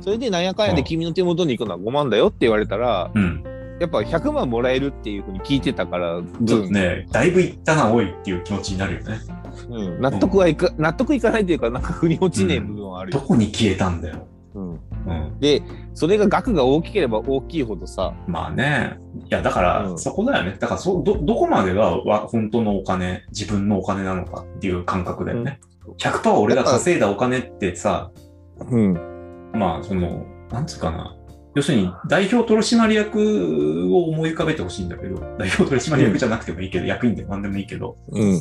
B: それでなんやかんやで君の手元に行くのは5万だよって言われたら、
A: うん、
B: やっぱ100万もらえるっていうふうに聞いてたから、
A: ちょっ
B: 分、
A: とね、だいぶいったな、おいっていう気持ちになるよね。
B: うん、納得はいか、納得いかないというか、なんか腑に落ちねえ部分はある
A: ど
B: よ、
A: こに消えたんだよ。
B: うん。
A: うん、
B: で、それが額が大きければ大きいほどさ、
A: まあね、いや、だから、
B: うん
A: そこだよね。だからそど、どこまでがわ本当のお金、自分のお金なのかっていう感覚だよね。100%俺が稼いだお金ってさ、
B: うん、
A: まあ、その、なんつうかな、要するに代表取締役を思い浮かべてほしいんだけど、代表取締役じゃなくてもいいけど、役員でも何でもいいけど、
B: うん。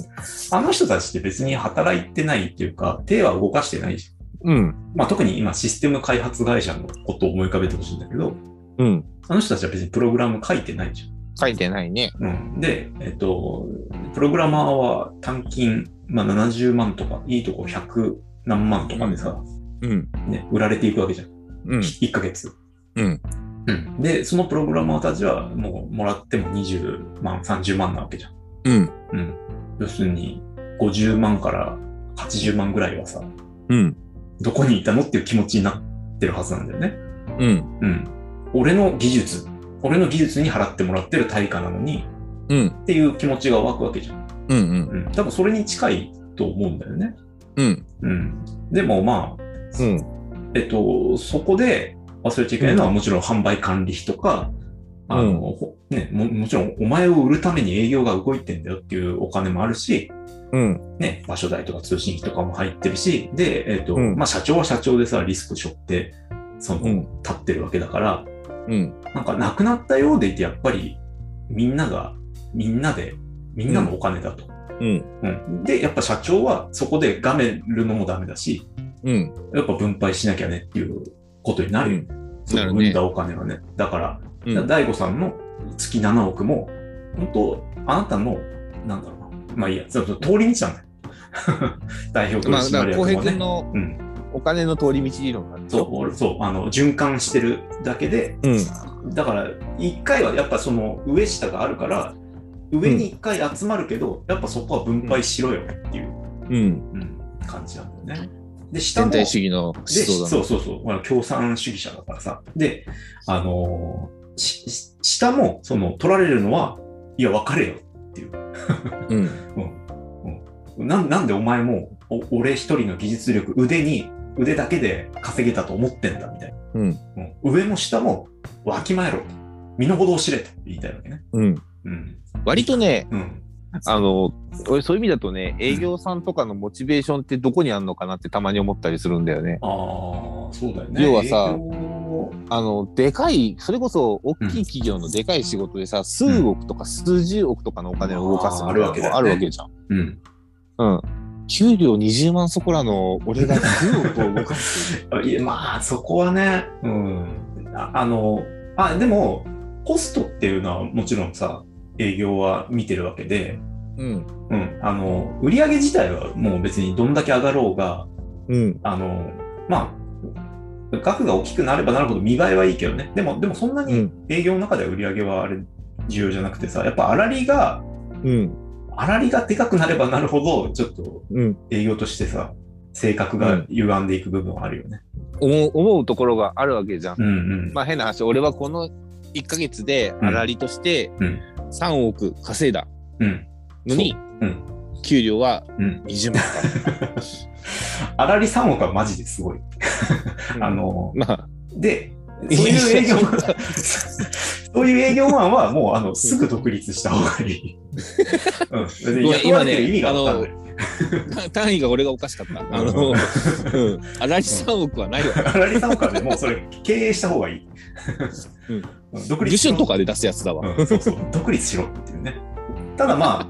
A: あの人たちって別に働いてないっていうか、手は動かしてないじゃ
B: うん。
A: ん。まあ特に今システム開発会社のことを思い浮かべてほしいんだけど、
B: うん。
A: あの人たちは別にプログラム書いてないじ
B: 書いてないね。
A: ゃん。うん、で、えっと、プログラマーは単金、まあ、70万とか、いいとこ100何万とかでさ、
B: うん。
A: ね、売られていくわけじゃん。
B: うん。
A: 1ヶ月。
B: うん。
A: うん、で、そのプログラマーたちはもうもらっても20万、30万なわけじゃん。
B: うん。
A: うん、要するに50万から80万ぐらいはさ、
B: うん。
A: どこにいたのっていう気持ちになってるはずなんだよね。
B: うん。
A: うん、俺の技術、俺の技術に払ってもらってる対価なのに
B: うん。
A: っていう気持ちが湧くわけじゃん。
B: うん。うん。
A: うん、多分それに近いと思うんだよね。
B: うん。
A: うん、でもまあ、
B: うん。
A: えっと、そこで忘れちゃいけないのはもちろん販売管理費とか、あの、
B: うん
A: ほね、ももちろんお前を売るために営業が動いてんだよっていうお金もあるし、
B: うん。
A: ね、場所代とか通信費とかも入ってるし、で、えっと、
B: うん
A: まあ社長は社長でさ、リスク背負って、その、
B: うん。
A: 立ってるわけだから、
B: うん。
A: なんかなくなったようでいて、やっぱりみんなが、みんなで、みんなのお金だと。
B: うん。
A: うんで、やっぱ社長はそこでがめるのもダメだし、
B: うん。
A: やっぱ分配しなきゃねっていうことになるよね
B: なるね
A: 産んだお金はね。だから、大悟さんの月7億も、本当、あなたの、なんだろうな、まあいいや、そうそう通り道なんだよ。 代表取
B: まあ、だ
A: 締
B: から、
A: 役
B: 浩
A: も
B: 平君
A: ね。
B: の
A: うん、
B: お金の通り道理論なんでし
A: そ
B: ょ
A: う俺そうあの循環してるだけで
B: うん。
A: だから1回はやっぱその上下があるから上に1回集まるけど、やっぱそこは分配しろよっていう、
B: うん。
A: うん、感じなんだよね。で下
B: 全
A: も
B: 体主義の思
A: で
B: 想だ
A: そ
B: な。
A: うそうそう、ほら共産主義者だからさ。で、あのーしし下もその取られるのは、いや、別れよ。
B: うん。
A: なんなんでお前もお俺一人の技術力、腕に、腕だけで稼げたと思ってんだみたいな。
B: うん。
A: うん上も下もわきまえろと。身の程を知れと言いたいわけね。
B: うん。
A: うん。
B: 割とね、
A: うん。
B: あの、俺そういう意味だとね、営業さんとかのモチベーションってどこにあるのかなってたまに思ったりするんだよね。
A: ああ、そうだよね。
B: 要はさ
A: 営業
B: あの、でかい、それこそ大きい企業のでかい仕事でさ、数億とか数十億とかのお金を動かす
A: あーあるわけだよね
B: あるわけじゃん。
A: うん。
B: うん。給料20万そこらの俺が数億を動かす。
A: あいやまあそこはね、うん、ああのあでもコストっていうのはもちろんさ営業は見てるわけで、
B: うん。
A: うん、あの売上自体はもう別にどんだけ上がろうが
B: うん。
A: あのまあ額が大きくなればなるほど見栄えはいいけどねでもでもそんな
B: う
A: に
B: ん。
A: 営業の中では売上はあれ重要じゃなくてさやっぱ粗利が
B: うん。
A: 粗利がでかくなればなるほどちょっと
B: うん。
A: 営業としてさ性格が歪んでいく部分はあるよね。
B: 思う思うところがあるわけじゃん。
A: うんうん
B: まあ変な話、俺はこの1ヶ月で粗利として
A: うん
B: 3億稼いだ
A: うん
B: のに、
A: う
B: 給料は
A: うん
B: 20万
A: あらり3億はマジですごい。
B: か。
A: あの、
B: ま あ、
A: で、そういう営業マ ン、そういう営業マンはもうあのすぐ独立した方がい い。うん、別に雇われてる意味がわかんない。
B: 単単位が俺がおかしかった。あの、うん。粗利3億はないわ。
A: あらり3億はね、もうそれ経営した方がいい。
B: うん
A: うん独立
B: 受
A: しろ
B: 賞とかで出すやつだわ。
A: うん、そうそう、独立しろっていうね。ただまあ、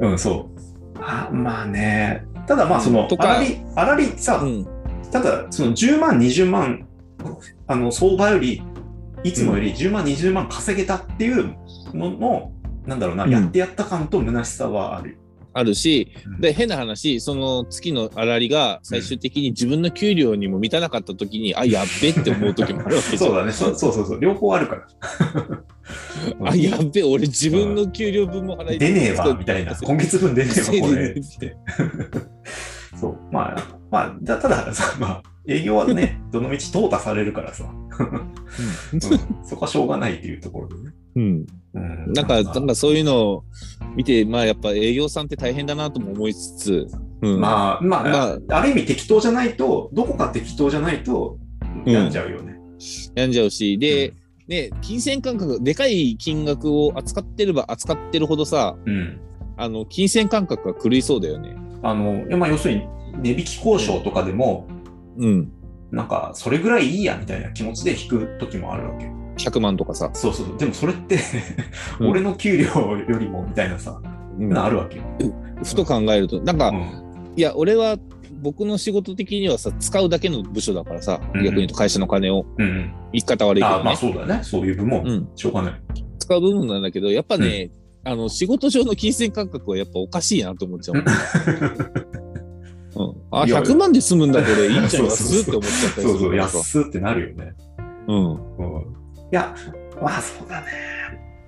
A: うん、そう。あまあね、ただまあその
B: と、
A: あ
B: から
A: り、あらりさ、
B: うん。
A: ただ、その10万、20万、あの相場より、いつもより10万、20万稼げたっていうのの、なんだろうな、
B: うん
A: やってやった感と虚しさはある。
B: あるし
A: うん、
B: で、変な話、その月の粗利が最終的に自分の給料にも満たなかった時に、あ、やっべって思う時もあるわけじゃ
A: そ
B: ん
A: うだねそう、そうそうそう、両方あるから。
B: あ、やっべ、俺自分の給料分も払い
A: 出ねえわ、みたいな。今月分出ね えわ、これ。って。 そう。まあ、まあ、だたださ、まあ、営業は ね、どの道淘汰されるからさ、 うんそこはしょうがないっていうところでね。
B: うん。
A: うん
B: なんか、なんかそういうのを見て、まあやっぱ営業さんって大変だなとも思いつつ、うん、あ、
A: まあ、まあ、
B: ま
A: あ、る意味適当じゃないと、どこか適当じゃないと、
B: うん
A: 病んじゃうよね。
B: 病んじゃうし、で、ね、金銭感覚、でかい金額を扱ってれば扱ってるほどさ、
A: うん。
B: あの、金銭感覚が狂いそうだよね。
A: あの、いやまあ、要するに、値引き交渉とかでも、
B: うん。
A: なんか、それぐらいいいやみたいな気持ちで引く時もあるわけ。
B: 100万とかさ、
A: そうそうそう。でもそれって
B: うん
A: 俺の給料よりもみたいなさ、
B: うん
A: なあるわけよ。
B: ふと考えるとなんか、
A: うん
B: いや俺は僕の仕事的にはさ使うだけの部署だからさ、
A: うん
B: 逆に言うと会社の金を
A: うんうん。
B: 言い方悪いけど
A: あ
B: ね、
A: まあそうだね。そういう部門、
B: うん、
A: しょうがない。
B: 使う部分なんだけどやっぱね、あの仕事上の金銭感覚はやっぱおかしいなと思っちゃう。うん、あ
A: いや
B: 100万で済むんだこれいいんちゃいま
A: そうそう
B: すっ
A: そ
B: て
A: う
B: 思っちゃったり
A: そう
B: す
A: そう、
B: るからさ
A: 安ってなるよね。
B: うん
A: うん、いや、まあそうだね。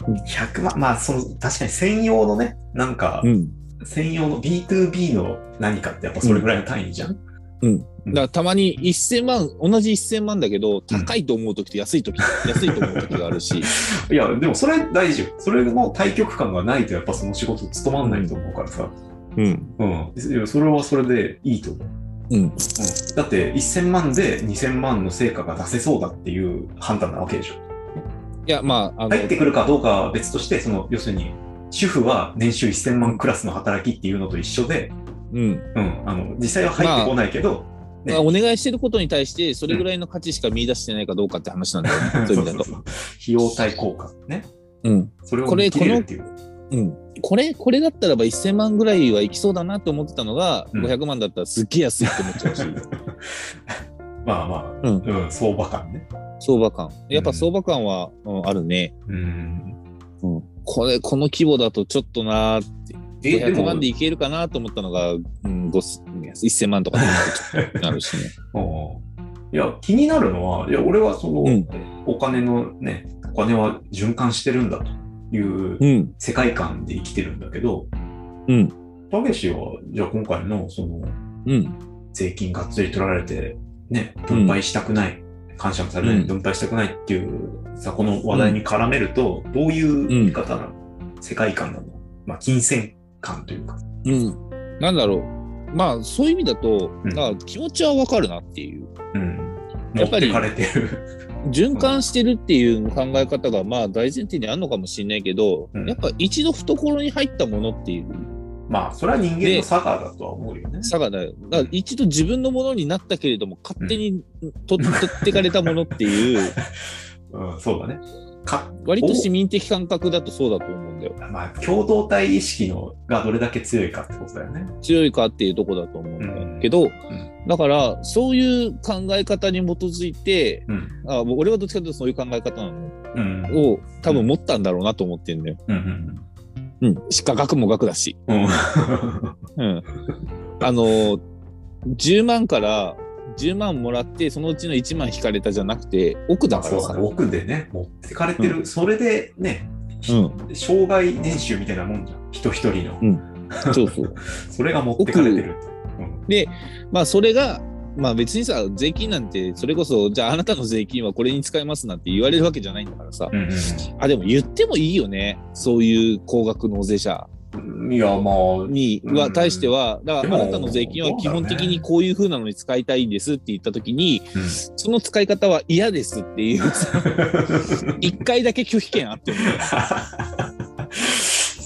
A: 100万、まあその、確かに専用のね、なんか
B: う、ん
A: 専用の B2B の何かってやっぱそれぐらいの単位じゃん。
B: だからたまに1000万同じ1000万だけど高いと思う時と安い時、安いと思う時があ るし
A: いや、でもそれ大事よ。それの対極感がないとやっぱその仕事務まんないと思うからさ。
B: うん
A: うん。いやそれはそれでいいと思う。
B: うん
A: うん、だって1000万で2000万の成果が出せそうだっていう判断なわけでしょ。
B: いやまああの、
A: 入ってくるかどうかは別として、その、要するに、主婦は年収1000万クラスの働きっていうのと一緒で、
B: うん
A: うん、あの実際は入ってこないけど、ね
B: まあお願いしてることに対してそれぐらいの価値しか見出してないかどうかって話なんだよね、そうい
A: そう
B: う意味
A: そ
B: だ
A: う
B: と。
A: そう費用対効果ね、
B: うん
A: それを
B: これ
A: 見切れるっていう。
B: うん、これこれだったらば1000万ぐらいはいきそうだなって思ってたのが、
A: うん
B: 500万だったらすっげえ安いって思っち ゃうし
A: まあまあ、
B: う
A: うん相場感ね。
B: 相場感やっぱ相場感は、うんあるね、
A: うん
B: うん、これこの規模だとちょっとなーって
A: えで
B: 500
A: も
B: 万でいけるかなと思ったのが、うん、ごす1000万とかになる しね
A: おういや気になるのは、いや俺はその、
B: うん
A: お金のね、お金は循環してるんだという
B: うん
A: 世界観で生きてるんだけど、
B: うん
A: たけしは、じゃあ今回のその
B: うん
A: 税金がっつり取られて、ね、分配したくない、感謝もされない、
B: うん
A: 分配したくないっていうさ、この話題に絡めると、どういう見方なの、世界観なのまあ、金銭感というか。
B: うんなんだろうまあそういう意味だと、
A: うん
B: だから気持ちはわかるなっていう
A: うん。持
B: やっ
A: っ
B: ぱり
A: てかれてる。
B: 循環してるっていう考え方がまあ大前提にあるのかもしれないけど、
A: うん
B: やっぱ一度懐に入ったものっていう
A: まあ、それは人間の差がだとは思うよね。
B: 差がだよだから一度自分のものになったけれども勝手に取取ってかれたものっていう
A: うん、そうだね。か
B: 割と市民的感覚だとそうだと思うんだよ
A: まあ、共同体意識のがどれだけ強いかってことだよね。
B: 強いかっていうとこだと思うんだよ、
A: うん
B: けどだからそういう考え方に基づいて
A: うん。
B: あもう俺はどっちかというとそういう考え方なの
A: うん。うん。
B: を多分持ったんだろうなと思ってんだよ、
A: うん。
B: うん、しか額も額だし
A: うん。うん。
B: うん、あのー10万から10万もらってそのうちの1万引かれたじゃなくて奥だか
A: そ
B: ら
A: うだ
B: さ、
A: ね。奥でね、持ってかれてる。それでね、
B: うん、
A: 障害年収みたいなもんじゃん。人一人の。
B: そうそう
A: それが持ってかれてる。うん
B: まあそれがまあ別にさ税金なんてそれこそじゃああなたの税金はこれに使いますなんて言われるわけじゃないんだからさ、
A: うん
B: あでも言ってもいいよねそういう高額納税者
A: うん、いや、まあ、
B: に
A: うん
B: は対してはだか
A: で
B: ら
A: も
B: あなたの税金は基本的にこういう風なのに使いたいですって言った時にその使い方は嫌ですっていう さ1回だけ拒否権あっても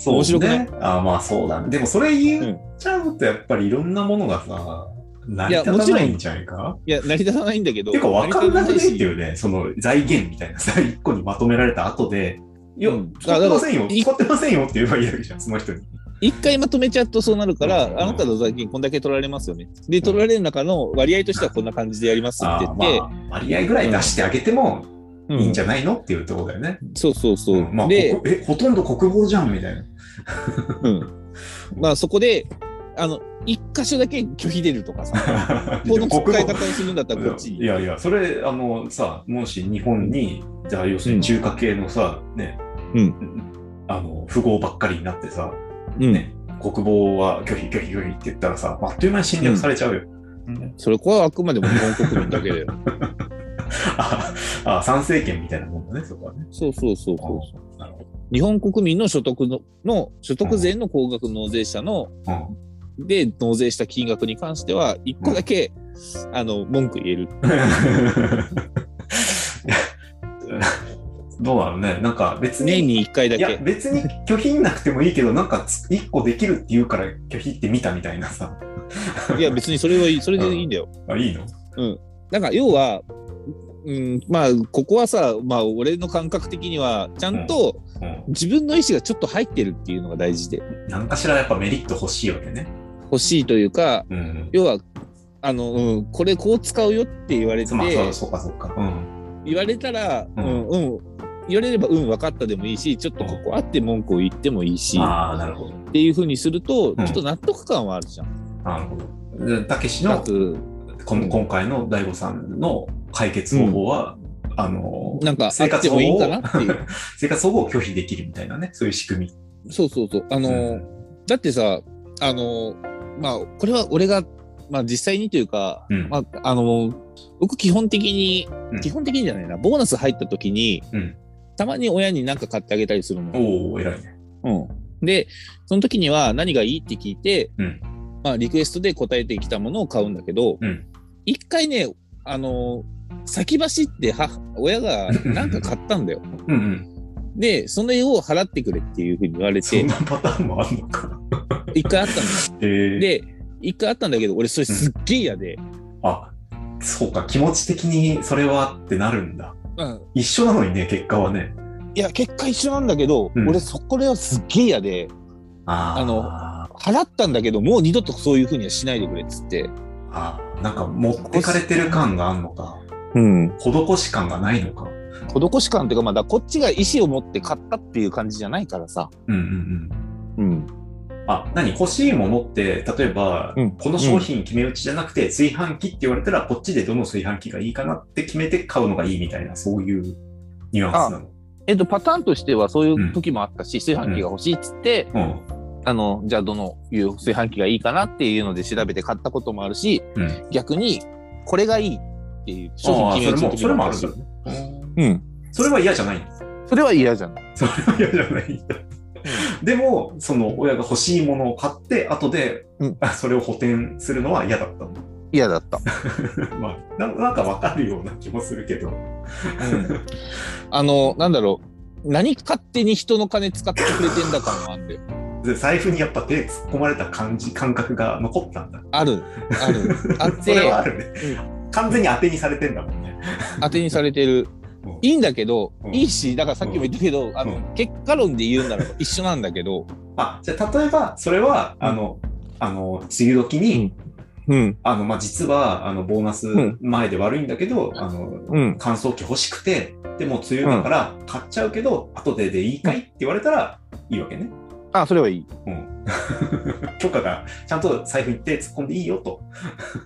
A: そう
B: 面白くない
A: ね。あまあ、そうだね。でも、それ言
B: う
A: っ
B: ん
A: ちゃうと、やっぱりいろんなものがさ、成り立たないんじゃないか
B: いや、成り立たないんだけど。
A: てか、分かんなくねって
B: う。
A: いうね、その財源みたいなさ、一個にまとめられた後で、いや
B: うん、
A: 使ってませんよ、
B: い
A: 使ってませんよって言えばいいわけじゃん、その 人に。
B: 一回まとめちゃうとそうなるから、
A: うん
B: あなたの財金こんだけ取られますよね。で、取られる中の割合としてはこんな感じでやりますっ
A: あ
B: て
A: ー
B: 言って、
A: まあ、割合ぐらい出してあげても
B: うん
A: いいんじゃないのっていうところだよね。
B: そうそうそう。
A: うんまあ、
B: で、
A: ここえ、ほとんど国防じゃんみたい な。
B: うん。まあそこで、あの、一箇所だけ拒否出るとかさ、 この使い方をするんだったらこっち
A: い
B: に。
A: やいや、それ、あのさ、もし日本に、じゃあ要するに中華系のさ、ね、
B: うん
A: あの、富豪ばっかりになってさ、
B: うん
A: ね国防は拒否拒否拒否って言ったらさ、あっという間に侵略されちゃうよ。
B: それこれはあくまでも日本国民だけだよ。
A: ああ、参政権みたいなもんだね、そこはね。
B: そうそうそうそう。
A: なるほ
B: 日本国民の所得のの所得税の高額納税者の
A: ど。
B: で納税した金額に関しては一個だけ、あの文句言える
A: うんどうなのね、なんか別に。
B: 年に1回だ
A: いや
B: け
A: 別に拒否なくてもいいけどなんかつ一個できるって言うから拒否って見たみたいなさ
B: いや別にそれはいいそれでいいんだよ、
A: あいいの
B: うんなんか要は、うん、まあここはさまあ俺の感覚的にはちゃんと
A: う
B: 自分の意思がちょっと入ってるっていうのが大事で
A: ん。なんかしらやっぱメリット欲しいわけね。
B: 欲しいというか
A: うん。
B: 要はあの、うん、これこう使うよって言われて
A: まあ、そうそうかそうか。うん。
B: 言われたら、
A: う
B: うんん、うん言われればうん分かったでもいいしちょっとここあって文句を言ってもいいしっ
A: ああ、なるほど。
B: ていうふうにすると
A: うん
B: ちょっと納得感はあるじゃん。
A: なるほどで。たけしの
B: 各
A: この今回の大悟さんの解決方法は、あの
B: なんかあ
A: 生
B: っ
A: 活
B: て
A: 保
B: もいい
A: 護
B: か
A: を
B: なって いう。
A: 生活保護を拒否できるみたいなね、そういう仕組み。
B: そうそうそう。あのー、だってさ、あのー、まあ、これは俺が、まあ実際にというか、
A: うん。うん
B: まあ、あのー、僕基本的に
A: うん、
B: 基本的にじゃないな、ボーナス入った時に
A: うん、
B: たまに親になんか買ってあげたりするの。
A: おお偉いね。
B: うん。で、その時には何がいいって聞いて
A: うん、
B: まあ、リクエストで答えてきたものを買うんだけど
A: うん、
B: 一回ね、あのー、先走って母親がなんか買ったんだよ。
A: うんうん。
B: で、その絵を払ってくれっていうふうに言われ
A: そん
B: て、
A: なパターンもあるのか。
B: 一回あったのよ。
A: えー、
B: で、一回あったんだけど、俺それすっげえ嫌で、
A: あ、そうか、気持ち的にそれはってなるんだ。
B: うん、
A: 一緒なのにね、結果はね。
B: いや、結果一緒なんだけど、
A: うん
B: 俺そこれはすっげえ嫌で、
A: あー
B: あの払ったんだけど、もう二度とそういうふうにはしないでくれっつって。
A: あなんか持ってかれてる感があんのか、
B: うん。
A: 施し感がないのか。
B: 施し感っていうか、まだこっちが意思を持って買ったっていう感じじゃないからさ。
A: うんうんうん。
B: うん。
A: あ、何欲しいものって、例えば、
B: うん
A: この商品決め打ちじゃなくて、炊飯器って言われたら、こっちでどの炊飯器がいいかなって決めて買うのがいいみたいな、そういうニュアンスなの。
B: えっと、パターンとしてはそういう時もあったし、炊飯器が欲しいっつって、
A: うん。
B: あの、じゃあどのいう炊飯器がいいかなっていうので調べて買ったこともあるし、
A: うん。
B: 逆に、これがいいっていう商
A: ああ
B: 品
A: ー、それ
B: 決め
A: も、
B: る
A: それもあるん
B: 時あるし
A: だ。ね。
B: うん。
A: それは嫌じゃないんです。
B: それは 嫌じゃん。
A: それは嫌じゃないんだ。 でも、その親が欲しいものを買って、後で、
B: うん
A: あそれを補填するのは嫌だったの。
B: 嫌だった。
A: まあな、なんかわかるような気もするけど。
B: あの、なんだろう。何勝手に人の金使ってくれてんだ感はあんだよ。
A: で財布にやっぱ手突っ込まれた感じ感覚が残ったんだ。
B: ある。ある。あっ
A: それはあ
B: て、
A: るね、完全に当てにされてんだもんね。
B: 当てにされてる
A: うん。
B: いいんだけど、
A: うん
B: いいし、だからさっきも言ったけど、あ
A: う
B: の、結果論で言うならば一緒なんだけど、
A: あじゃあ例えばそれは、
B: うん
A: あのあの梅雨時に、
B: うんうん、
A: あのまあ、実はあのボーナス
B: うん
A: 前で悪いんだけど、あの
B: うん、
A: 乾燥機欲しくてでも梅雨だから買っちゃうけど、後ででいいかいって言われたらいいわけね。
B: あ、それはいい。
A: うん許可がちゃんと財布に手突っ込んでいいよと。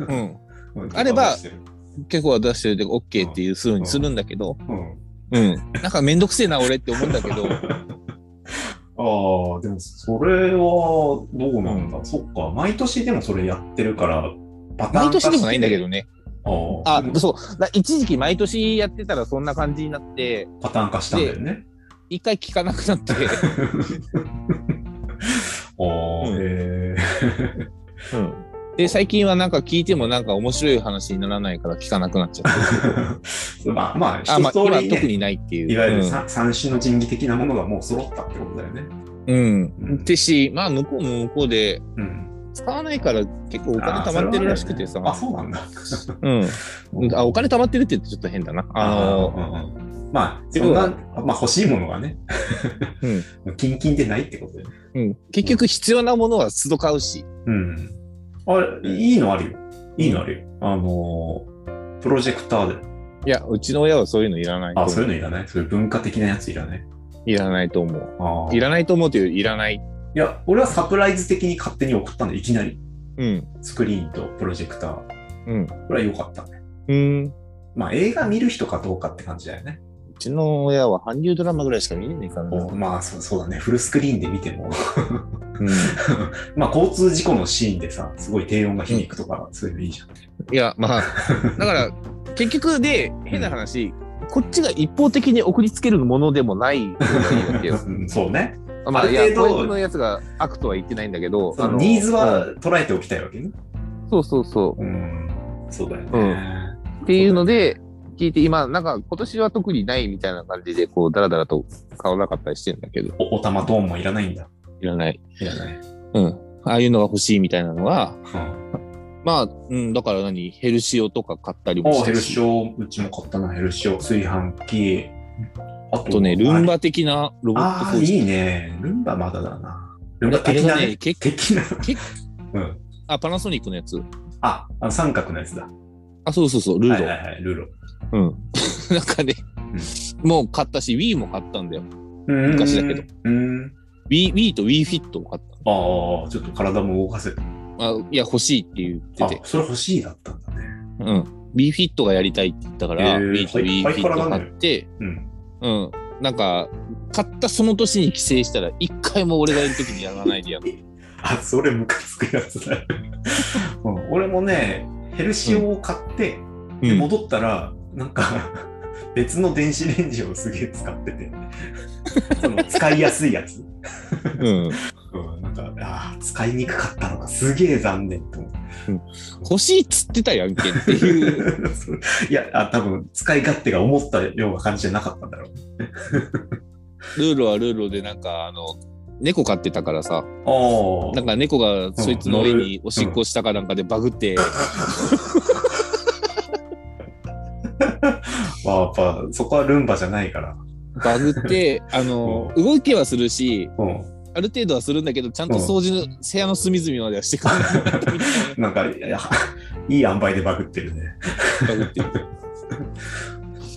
B: うん。
A: うん
B: あれば
A: 許可を出してる
B: 結構は出してるで OK っていう風にするんだけど、
A: うん
B: うん。なんかめんどくせえな、俺って思うんだけ ど、
A: ああ、でもそれはどうなんだ、そっか、毎年でもそれやってるから、パターン
B: 毎
A: 化して
B: 年でもないんだけどね。
A: あ
B: あ
A: ー、
B: そう。だ一時期毎年やってたらそんな感じになって、
A: パターン化したんだよね。
B: 一回聞かなくなって、
A: ああ、
B: うん
A: へえ。
B: で最近はなんか聞いてもなんか面白い話にならないから聞かなくなっちゃ っ
A: まあまあ、一
B: た。あ、まあ
A: 通
B: 今
A: り、
B: 特
A: ね
B: にないっていう。
A: いわゆる
B: うん
A: さ三種の神器的なものがもう揃ったってことだよね。
B: うん。ですし、まあ向こうも向こうで
A: うん。
B: 使わないから結構お金
A: あー
B: 貯まってるらしくてさ。
A: それはあるよねあ、そう
B: う
A: なん
B: ん。
A: だ。
B: あ、お金貯まってるって言うとちょっと変だな。あの、
A: あー、うんうんまあ、そんな、まあ欲しいものがね、キンキンでないってことだよね。
B: うん。結局必要なものは都度買うし。
A: うん。あれ、いいのあるよ。いいのあるよ。あのー、プロジェクターで。
B: いや、うちの親はそういうのいらないと
A: あ、
B: 思
A: そういう
B: う。
A: のいらないそういう文化的なやついらない
B: いらないと思う。
A: あー
B: いらないと思うというよりいらない。
A: いや、俺はサプライズ的に勝手に送ったんで、いきなり。
B: うん。
A: スクリーンとプロジェクター。
B: うん。
A: これは良かったね。
B: うん。
A: まあ、映画見る人かどうかって感じだよね。
B: うちの親は韓流ドラマぐらいしか見れねえからな。
A: こうまあそう、そうだね。フルスクリーンで見ても。
B: うん。
A: まあ、交通事故のシーンでさ、すごい低音が響くとか、そういうのいいじゃん。。
B: いや、 まあ、だから、結局で、変な話、こっちが一方的に送りつけるものでもない方がいいわけ よ
A: うんそうね。
B: ま
A: あ
B: あ、い
A: る
B: や、
A: 程度
B: これのやつが悪とは言ってないんだけど、
A: そ
B: あ
A: の
B: の
A: ニーズ、
B: う
A: は
B: ん
A: 捉えておきたいわけね。
B: そうそうそう。
A: うん。そうだよね。
B: っていうので、聞いて、今、なんか、今年は特にないみたいな感じで、こう、だらだらと買わなかったりしてんだけど、
A: おお玉トーンもいらないんだ。
B: いらない。
A: いらない。
B: うん。ああいうのが欲しいみたいなのは、
A: うん
B: まあ、うん、だから何ヘルシオとか買ったりも
A: あ
B: し
A: あ、ヘ
B: た
A: ル
B: し
A: シ。オ、うちも買ったな、ヘルシオ、炊飯器。あ
B: あとね、ルン
A: バ。
B: バ的なロボット
A: ああ、
B: 掃除機。
A: いいね。ルンバまだだな。ルン
B: あ
A: バ
B: れ
A: 的
B: が
A: な
B: ね、
A: ね。
B: 結構、
A: 的な。
B: 結
A: うん。
B: あ、パナソニックのやつ。
A: あ、あの三角のやつだ。
B: あ、そうそうそう、ルード。
A: はいはいはい、ルーロ。
B: うん。なんかね、もう買ったし、Wii も買ったんだよ。
A: うん
B: 昔だけど。
A: うん。
B: Wii, Wii と WiiFit を買った
A: ああ、ちょっと体も動かせて。
B: あ。いや、欲しいって言
A: あ
B: ってて。、
A: それ欲しいだったんだね。
B: うん。WiiFit がやりたいって言ったか
A: へ
B: ら、
A: ー
B: Wii と
A: ハイハイカラ
B: WiiFit
A: だ
B: を
A: ね
B: 買って、
A: うん。
B: うん。なんか、買ったその年に帰省したら、一回も俺がいる時にやらないでやる。
A: あ、それムカつくやつだ。うん俺もね、ヘルシオを買って、
B: う
A: で
B: ん
A: 戻ったら、なんか別の電子レンジをすげえ使っててその使いやすいやつ、
B: うん。
A: うん、なんかあー使いにくかったのかすげえ残念と思って
B: 欲しいっつってたやんけっていう。
A: そう いやあ多分使い勝手が思ったような感じじゃなかったんだろう
B: ルールはルールでなんかあの猫飼ってたからさ
A: あ
B: なんか猫がそいつの上におしっこしたかなんかでバグって、
A: あやっぱそこはルンバじゃないから、
B: バグってあの動きはするし
A: うん、
B: ある程度はするんだけどちゃんと掃除の部屋の隅々まではしてくれなかったみたい
A: なんかいやいい塩梅でバグってるね
B: な バグってる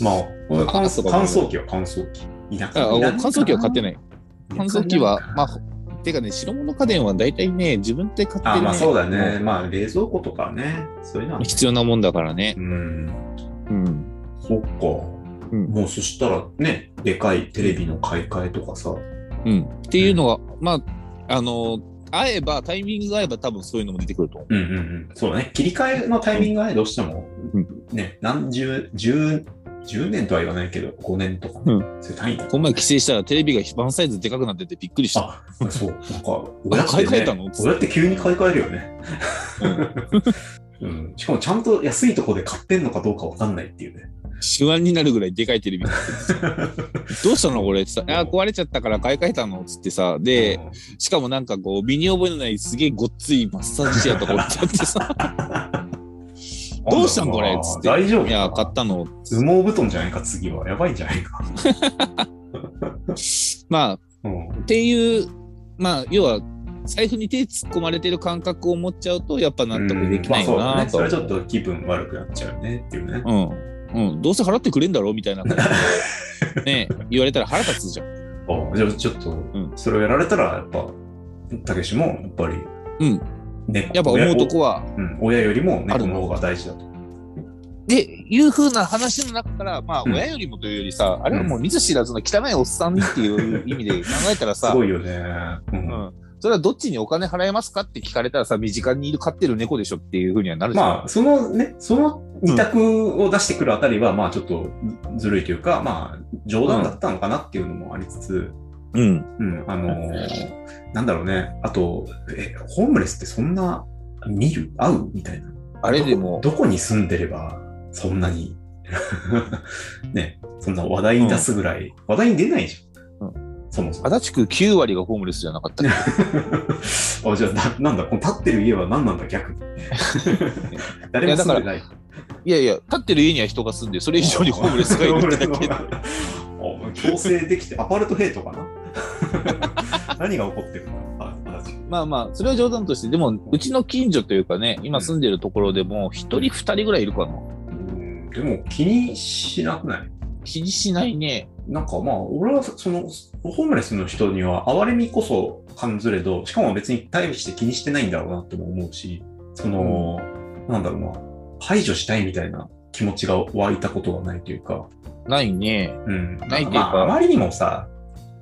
A: まあ乾
B: そう
A: 燥
B: か
A: 乾燥機は乾燥機田
B: あ
A: 舎
B: お乾燥機は買って
A: ない
B: ない乾燥機はまあてかね白物家電は大体ね自分で買って
A: あ
B: る、ね、
A: まあそうだね。まあ冷蔵庫とかね、そういうのは。
B: 必要なもんだからね
A: うん、
B: うん
A: そっか。
B: うん
A: もうそしたらね、でかいテレビの買い替えとかさ。
B: うんっていうのが、まああの会えばタイミングが合えば多分そういうのも出てくると思う
A: うんうんうん。そうだね。切り替えのタイミングがね、どうしても、
B: うん
A: ね、何十、十、十年とは言わないけど、5年とかね、
B: う
A: そういう単位だ。
B: この前帰省したらテレビがワンサイズでかくなっててびっくりした。
A: あ、そう。なんか、親って、
B: 買
A: ね、
B: い替えたの
A: 親って急に買い替えるよ ね。うん、しかもちゃんと安いとこで買ってんのかどうかわかんないっていうね。
B: 手腕になるぐらいでか いテレビ。どうしたのこれって言ったら、あー壊れちゃったから買い替えたのっつってさ、で、しかもなんかこう、身に覚えのないすげえごっついマッサージチェアとか置いてあって さ、どうしたんこれっつって。
A: 大丈夫
B: いや、買ったの。
A: 相撲布団じゃないか、次は。やばいんじゃないか。
B: ま
A: うん。
B: あ、っていう、まあ、要は、財布に手突っ込まれてる感覚を持っちゃうと、やっぱ納得できないよ
A: まあ
B: な
A: そ
B: と
A: うだね。それはちょっと気分悪くなっちゃうねっていうね。
B: うん。うん。どうせ払ってくれんだろみたいな感 じで、ね、言われたら腹立つじゃん。
A: あじゃあちょっと、
B: ん
A: それをやられたら、やっぱ、たけしも、やっぱり、
B: うん。
A: ね、
B: やっぱ思うとこは、
A: 親,お、うん、親よりも猫の方が大事だと。
B: で、いう風な話の中から、まあ、
A: うん
B: 親よりもというよりさ、あれはもう見ず知らずの汚いおっさんっていう意 味で考えたら
A: す
B: さ、
A: ごいよね。うん。
B: うん、それはどっちにお金払えますかって聞かれたらさ、身近にいる飼ってる猫でしょっていう風にはなるじゃん。
A: まあ、そのね、その二択を出してくるあたりは、まあ、ちょっとずるいというか、まあ、冗談だったのかなっていうのもありつつ、
B: うん。
A: うん、あのーなんだろうね。あと、え、ホームレスってそんな見る会うみたいな。
B: あれでも、
A: どこどこに住んでれば、そんなに、 ね、そんな話題に出すぐらい、話題に出ないじゃん。
B: う
A: そもそ も。
B: 足立区9割がホームレスじゃなかったっけ
A: あ、じゃあな、なんだ、この立ってる家は何なんだ、 逆に。誰も住んでない。。
B: いやいや、立ってる家には人が住んで、それ以上にホームレスがいるってだけ
A: あ強制できて、アパルトヘイトかな 何が起こってるのかな。あ
B: まあまあ、それは冗談として、でも、うちの近所というかね、今住んでるところでも、1人2人ぐらいいるかな。
A: うんでも気にしなくない
B: 気にしないね。
A: なんかまあ、俺はその、ホームレスの人には、哀れみこそ感ずれど、しかも別に対して気にしてないんだろうなとも思うし、その、なんだろうな、排除したいみたいな気持ちが湧いたことがないというか、
B: ないね。
A: うん。
B: ないというか
A: まあ、あまりにもさ、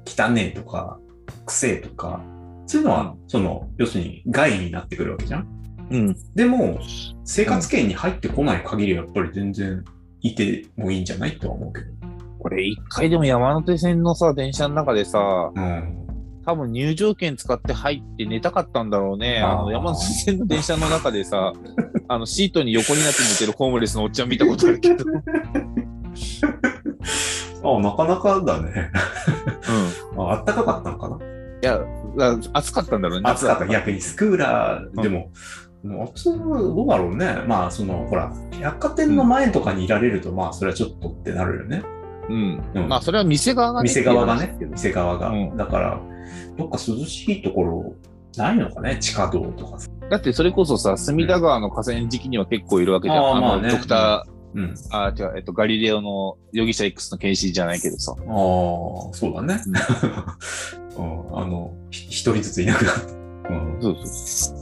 A: 汚ねえとか、くせえとか、そういうのは、その、要するに害になってくるわけじゃん。
B: うん。
A: でも、生活圏に入ってこない限りは、やっぱり全然いてもいいんじゃないとは思うけど。
B: これ一回でも山手線のさ、電車の中でさ、
A: うん。
B: 多分入場券使って入って寝たかったんだろうね。
A: あー
B: あの山手線の電車の中でさ、 あのシートに横になって寝てるホームレスのおっちゃん見たことあるけど。 うん。
A: あなかなかだね。ああったかかったのかない
B: や、だ暑かったんだろうね。
A: 暑かった。逆にスクーラーでも、もう、そうどうだろうね。まあ、その、ほら、百貨店の前とかにいられると、まあ、それはちょっとってなるよね。
B: うん。
A: うん
B: まあ、それは店側がね。
A: 店側がね
B: っていう話、です
A: 店側が。
B: うん
A: だから、どっか涼しいところ、ないのかね、地下道とかさ。
B: けどだって、それこそさ、隅田川の河川敷には結構いるわけじゃん。
A: あーまあ
B: の
A: ね
B: ドクタ
A: うん。あ
B: ー、あー、違う、えっと、ガリレオの容疑者 X の検視じゃないけどさ。
A: あー、そうだね。 うん、あの、ひ一人ずついなくなった。うん、
B: そうそう。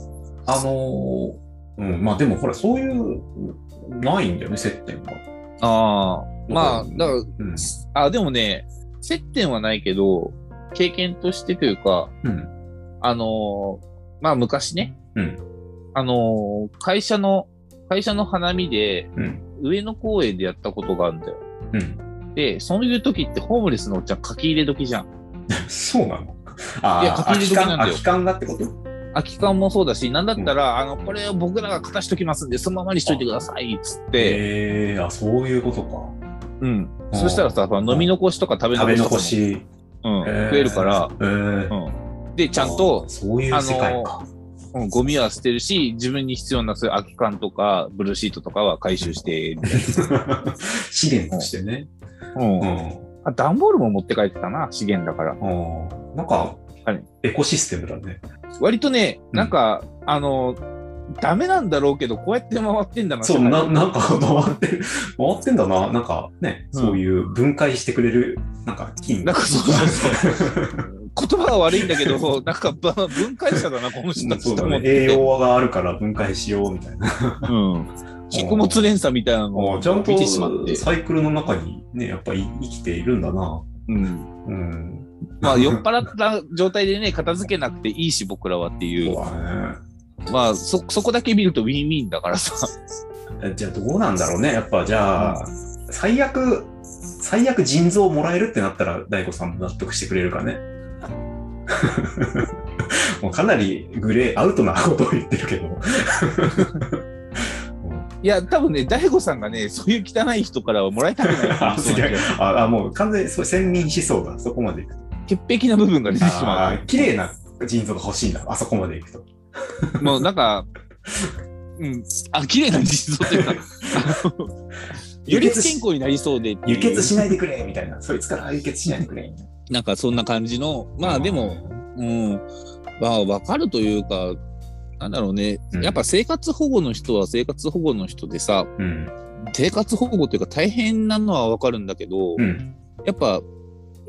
A: あのーうん、まあでもほら、そういう、ないんだよね、接点が。
B: ああ、まあ、だから、
A: うん。
B: あ、でもね、接点はないけど、経験としてというか、
A: うん。
B: あのーまあ昔ね、
A: うん。
B: あのー会社の、会社の花見で、
A: うん。
B: 上野公園でやったことがあるんだよ。
A: うん。
B: で、そういう時ってホームレスのおっちゃん書き入れ時じゃん。
A: そうなのあ
B: いや
A: あ、空
B: 確
A: き缶、
B: 認できないんだよ
A: 空き缶がってこと
B: 空き缶もそうだし、なんだったら、あの、これを僕らが片しときますんで、そのままにしといてください、つって。
A: ええー、あ、そういうことか。
B: うん。そしたらさ、まあ飲み残しとか食べ
A: 食べ
B: 残
A: 残
B: し
A: し。
B: とかも、うん、
A: えー
B: 増えるから、
A: えー
B: うん。で、ちゃんと、
A: そういう世界か。
B: うんゴミは捨てるし、自分に必要なそういう空き缶とか、ブルーシートとかは回収して、
A: 資源としてね。
B: うん
A: う。
B: あ、段ボールも持って帰ってたな、資源だから。
A: ん。うん、なんか
B: はい、
A: エコシステムだね。
B: 割とね、
A: うん
B: なんか、あの、ダメなんだろうけど、こうやって回ってんだな、
A: そう、
B: 世界
A: な なんか回ってる、回ってんだな。なんかね、
B: うん
A: そういう分解してくれる、なんか金。
B: なんかそうそう言葉は悪いんだ けど、なんかば分解者だな、この人た
A: そ
B: ち
A: う
B: と
A: だ
B: 思
A: ね
B: っ、て。
A: 栄養があるから分解しようみたいな。
B: うん。食物連鎖みたいなの
A: あ
B: を
A: あちゃんと
B: 見てしまって。
A: サイクルの中にね、やっぱり生きているんだな。
B: うん。
A: うん。
B: まあ、酔っ払った状態でね、片付けなくていいし、僕らはっていう。
A: そうだね。
B: まあ、そ、そこだけ見るとウィンウィンだからさ。
A: えじゃあどうなんだろうね。やっぱじゃあ、最悪、最悪腎臓もらえるってなったら、大悟さんも納得してくれるかね。 もうかなりグレー、アウトなことを言ってるけど。
B: いや、多分ね、大悟さんがね、そういう汚い人からはもらいたく な
A: あ
B: い。
A: すげえああ、もう完全にそう先民思想がそこまでいくと。
B: 潔癖な部分が出てしま
A: あー綺麗な腎臓が欲しいんだ。あそこまでいくと。
B: う。もうなんか、うん、あ、綺麗な実像というか、より
A: 輸血
B: 不健
A: し
B: 康になりそうでっていう
A: 輸血しないでくれみたいな。そいつから輸血しないでくれみたいな。
B: なんかそんな感じの、まあでも、うん、まあわかるというか、なんだろうね、
A: うん
B: やっぱ生活保護の人は生活保護の人でさ、
A: うん。
B: 生活保護というか大変なのはわかるんだけど、
A: うん。
B: やっぱ、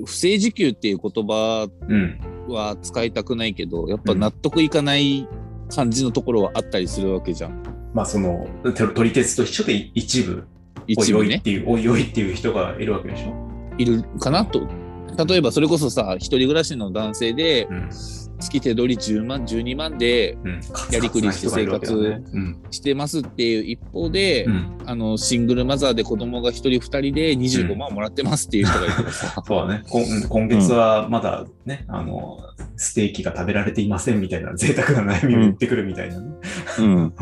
B: 不正受給っていう言葉
A: うん。
B: は使いたくないけど、やっぱ納得いかない感じのところはあったりするわけじゃん。
A: まあその、と取り鉄と一緒で一部
B: 一
A: おいお
B: 部
A: いっ
B: ね、
A: ていう、おいおいっていう人がいるわけでしょ。
B: いるかなと。例えばそれこそさ、一人暮らしの男性で、
A: うん。
B: 月手取り10万、12万で
A: うん。
B: やりくりして生
A: カツカツな人がいるわ
B: 活
A: けだねうん。
B: してますっていう一方で、
A: うん。
B: あの、シングルマザーで子供が一人二人で25万もらってますっていう人がいるからさ。
A: そうだね。こん今月はまだね、あの、ステーキが食べられていませんみたいな、贅沢な悩みを言ってくるみたいなね。
B: うん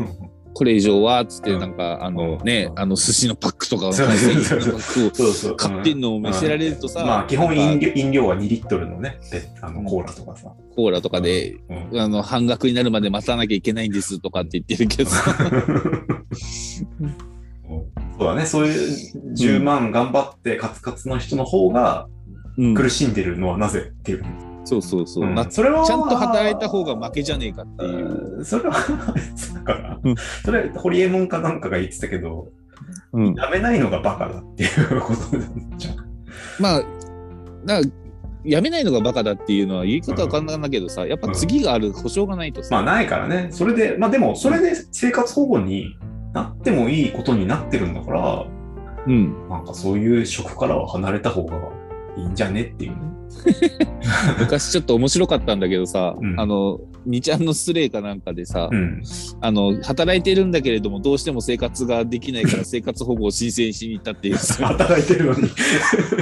B: これ以上は、つって
A: うん
B: なんか、あの
A: うん
B: ね、あの寿司のパックとかを
A: そうそうそうそう
B: パック
A: そうそう。
B: を買ってんのを見せられると
A: う
B: さ、
A: んまあ基本
B: なん
A: 飲
B: か
A: 料飲料は2リットルのね、であのコーラとかさ。
B: コーラとかで
A: うん。
B: あの、半額になるまで待たなきゃいけないんですとかって言ってるけどさ。
A: そうだね、そういう10万頑張ってカツカツの人の方が
B: うん
A: 苦しんでるのはなぜっていう。
B: そうそうそう。
A: うん
B: なち
A: それは
B: ゃんと働いた方が負けじゃねえかっていう。
A: それは、だから
B: うん、
A: それ、ホリエモンかなんかが言ってたけど、
B: うん
A: やめないのがバカだっていうことなんじゃん。
B: まあ、なんか、やめないのがバカだっていうのは言い方は簡単だけどさ、やっぱ次がある保証がないと
A: まあ、
B: さ。
A: ないからね。それで、まあでも、それで生活保護になってもいいことになってるんだから、
B: うん。
A: なんかそういう職からは離れた方がいいんじゃねっていうね。
B: 昔ちょっと面白かったんだけどさ、
A: うん
B: あの、2ちゃんのスレかなんかでさ、
A: うん。
B: あの、働いてるんだけれども、どうしても生活ができないから生活保護を申請しに行ったっていうさ
A: 働いてるのに。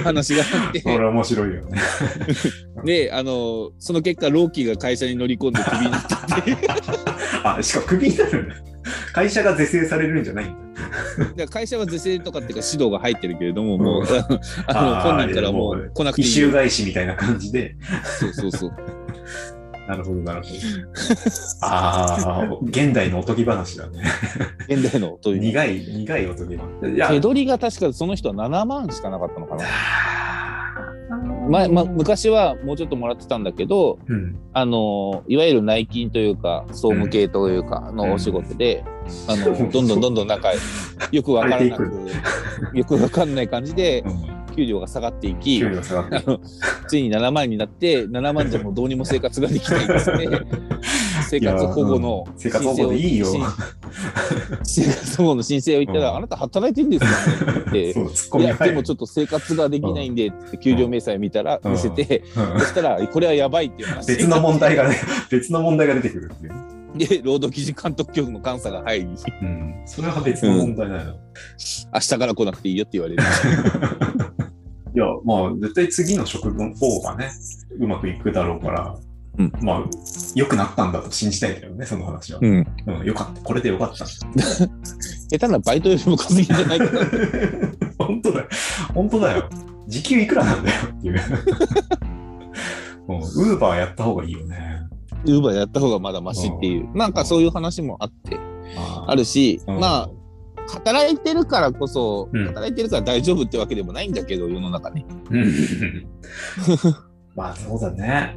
B: 話があって。
A: それは面白い よね。
B: で、あの、その結果、ローキーが会社に乗り込んでクビになったっていう。
A: あ、しかもクビになるんだ。会社が是正されるんじゃないんだ。
B: だから会社は是正とかっていうか指導が入ってるけれども、も
A: うん
B: う、 あのあの
A: あー
B: 本人からもう来なくて
A: 異
B: いい。
A: 臭返しみたいな感じで。
B: そうそうそう。
A: なるほど、なるほど。 ああ、現代のおとぎ話だね。
B: 現代のという。
A: 苦い、苦いおとぎ話。いや、
B: 手取りが確かその人は7万しかなかったのかな。
A: ま
B: まま、昔はもうちょっともらってたんだけど、
A: うん、
B: あのいわゆる内勤というか総務系というかのお仕事で、あのどんどんどんどんなんかよくわから なくよくわかんない感じで
A: うん
B: 給料が下がっていき
A: 給料が下がって
B: あのついに7万にな って7万じゃもうどうにも生活ができないですね生活保護の
A: 生活保護でいいよ。
B: 申請生活保護の申請を言ったら、
A: うん
B: あなた働いてるんですよねって言って。
A: そう、ツッコ
B: い
A: ミ
B: や
A: 入
B: で
A: る
B: もちょっと生活ができないんでって給料明細見たら
A: うん
B: 見せて、
A: うん
B: そしたらこれはやばいっていう話
A: 別の問題がね、 別の問題が出てくるっていう。
B: で、労働基準監督局の監査が入り、
A: うん。それは別の問題なの。
B: 明日から来なくていいよって言われる。
A: いや、まあ、絶対次の職の方がね、うまくいくだろうから、
B: うん
A: まあ、良くなったんだと信じたいけどね、その話は。
B: うん。
A: うん、よかった。これでよかった。
B: 下手なバイトよりも稼ぎじゃないか
A: 本当だよ。本当だよ。時給いくらなんだよっていう。ウーバーやった方がいいよね。
B: ウーバーやった方がまだマシっていう。なんかそういう話もあって、あ
A: る。
B: るし、
A: うん
B: まあ、働いてるからこそ、
A: うん
B: 働いてるから大丈夫ってわけでもないんだけど、世の中ね。
A: うんまあ、そうだね。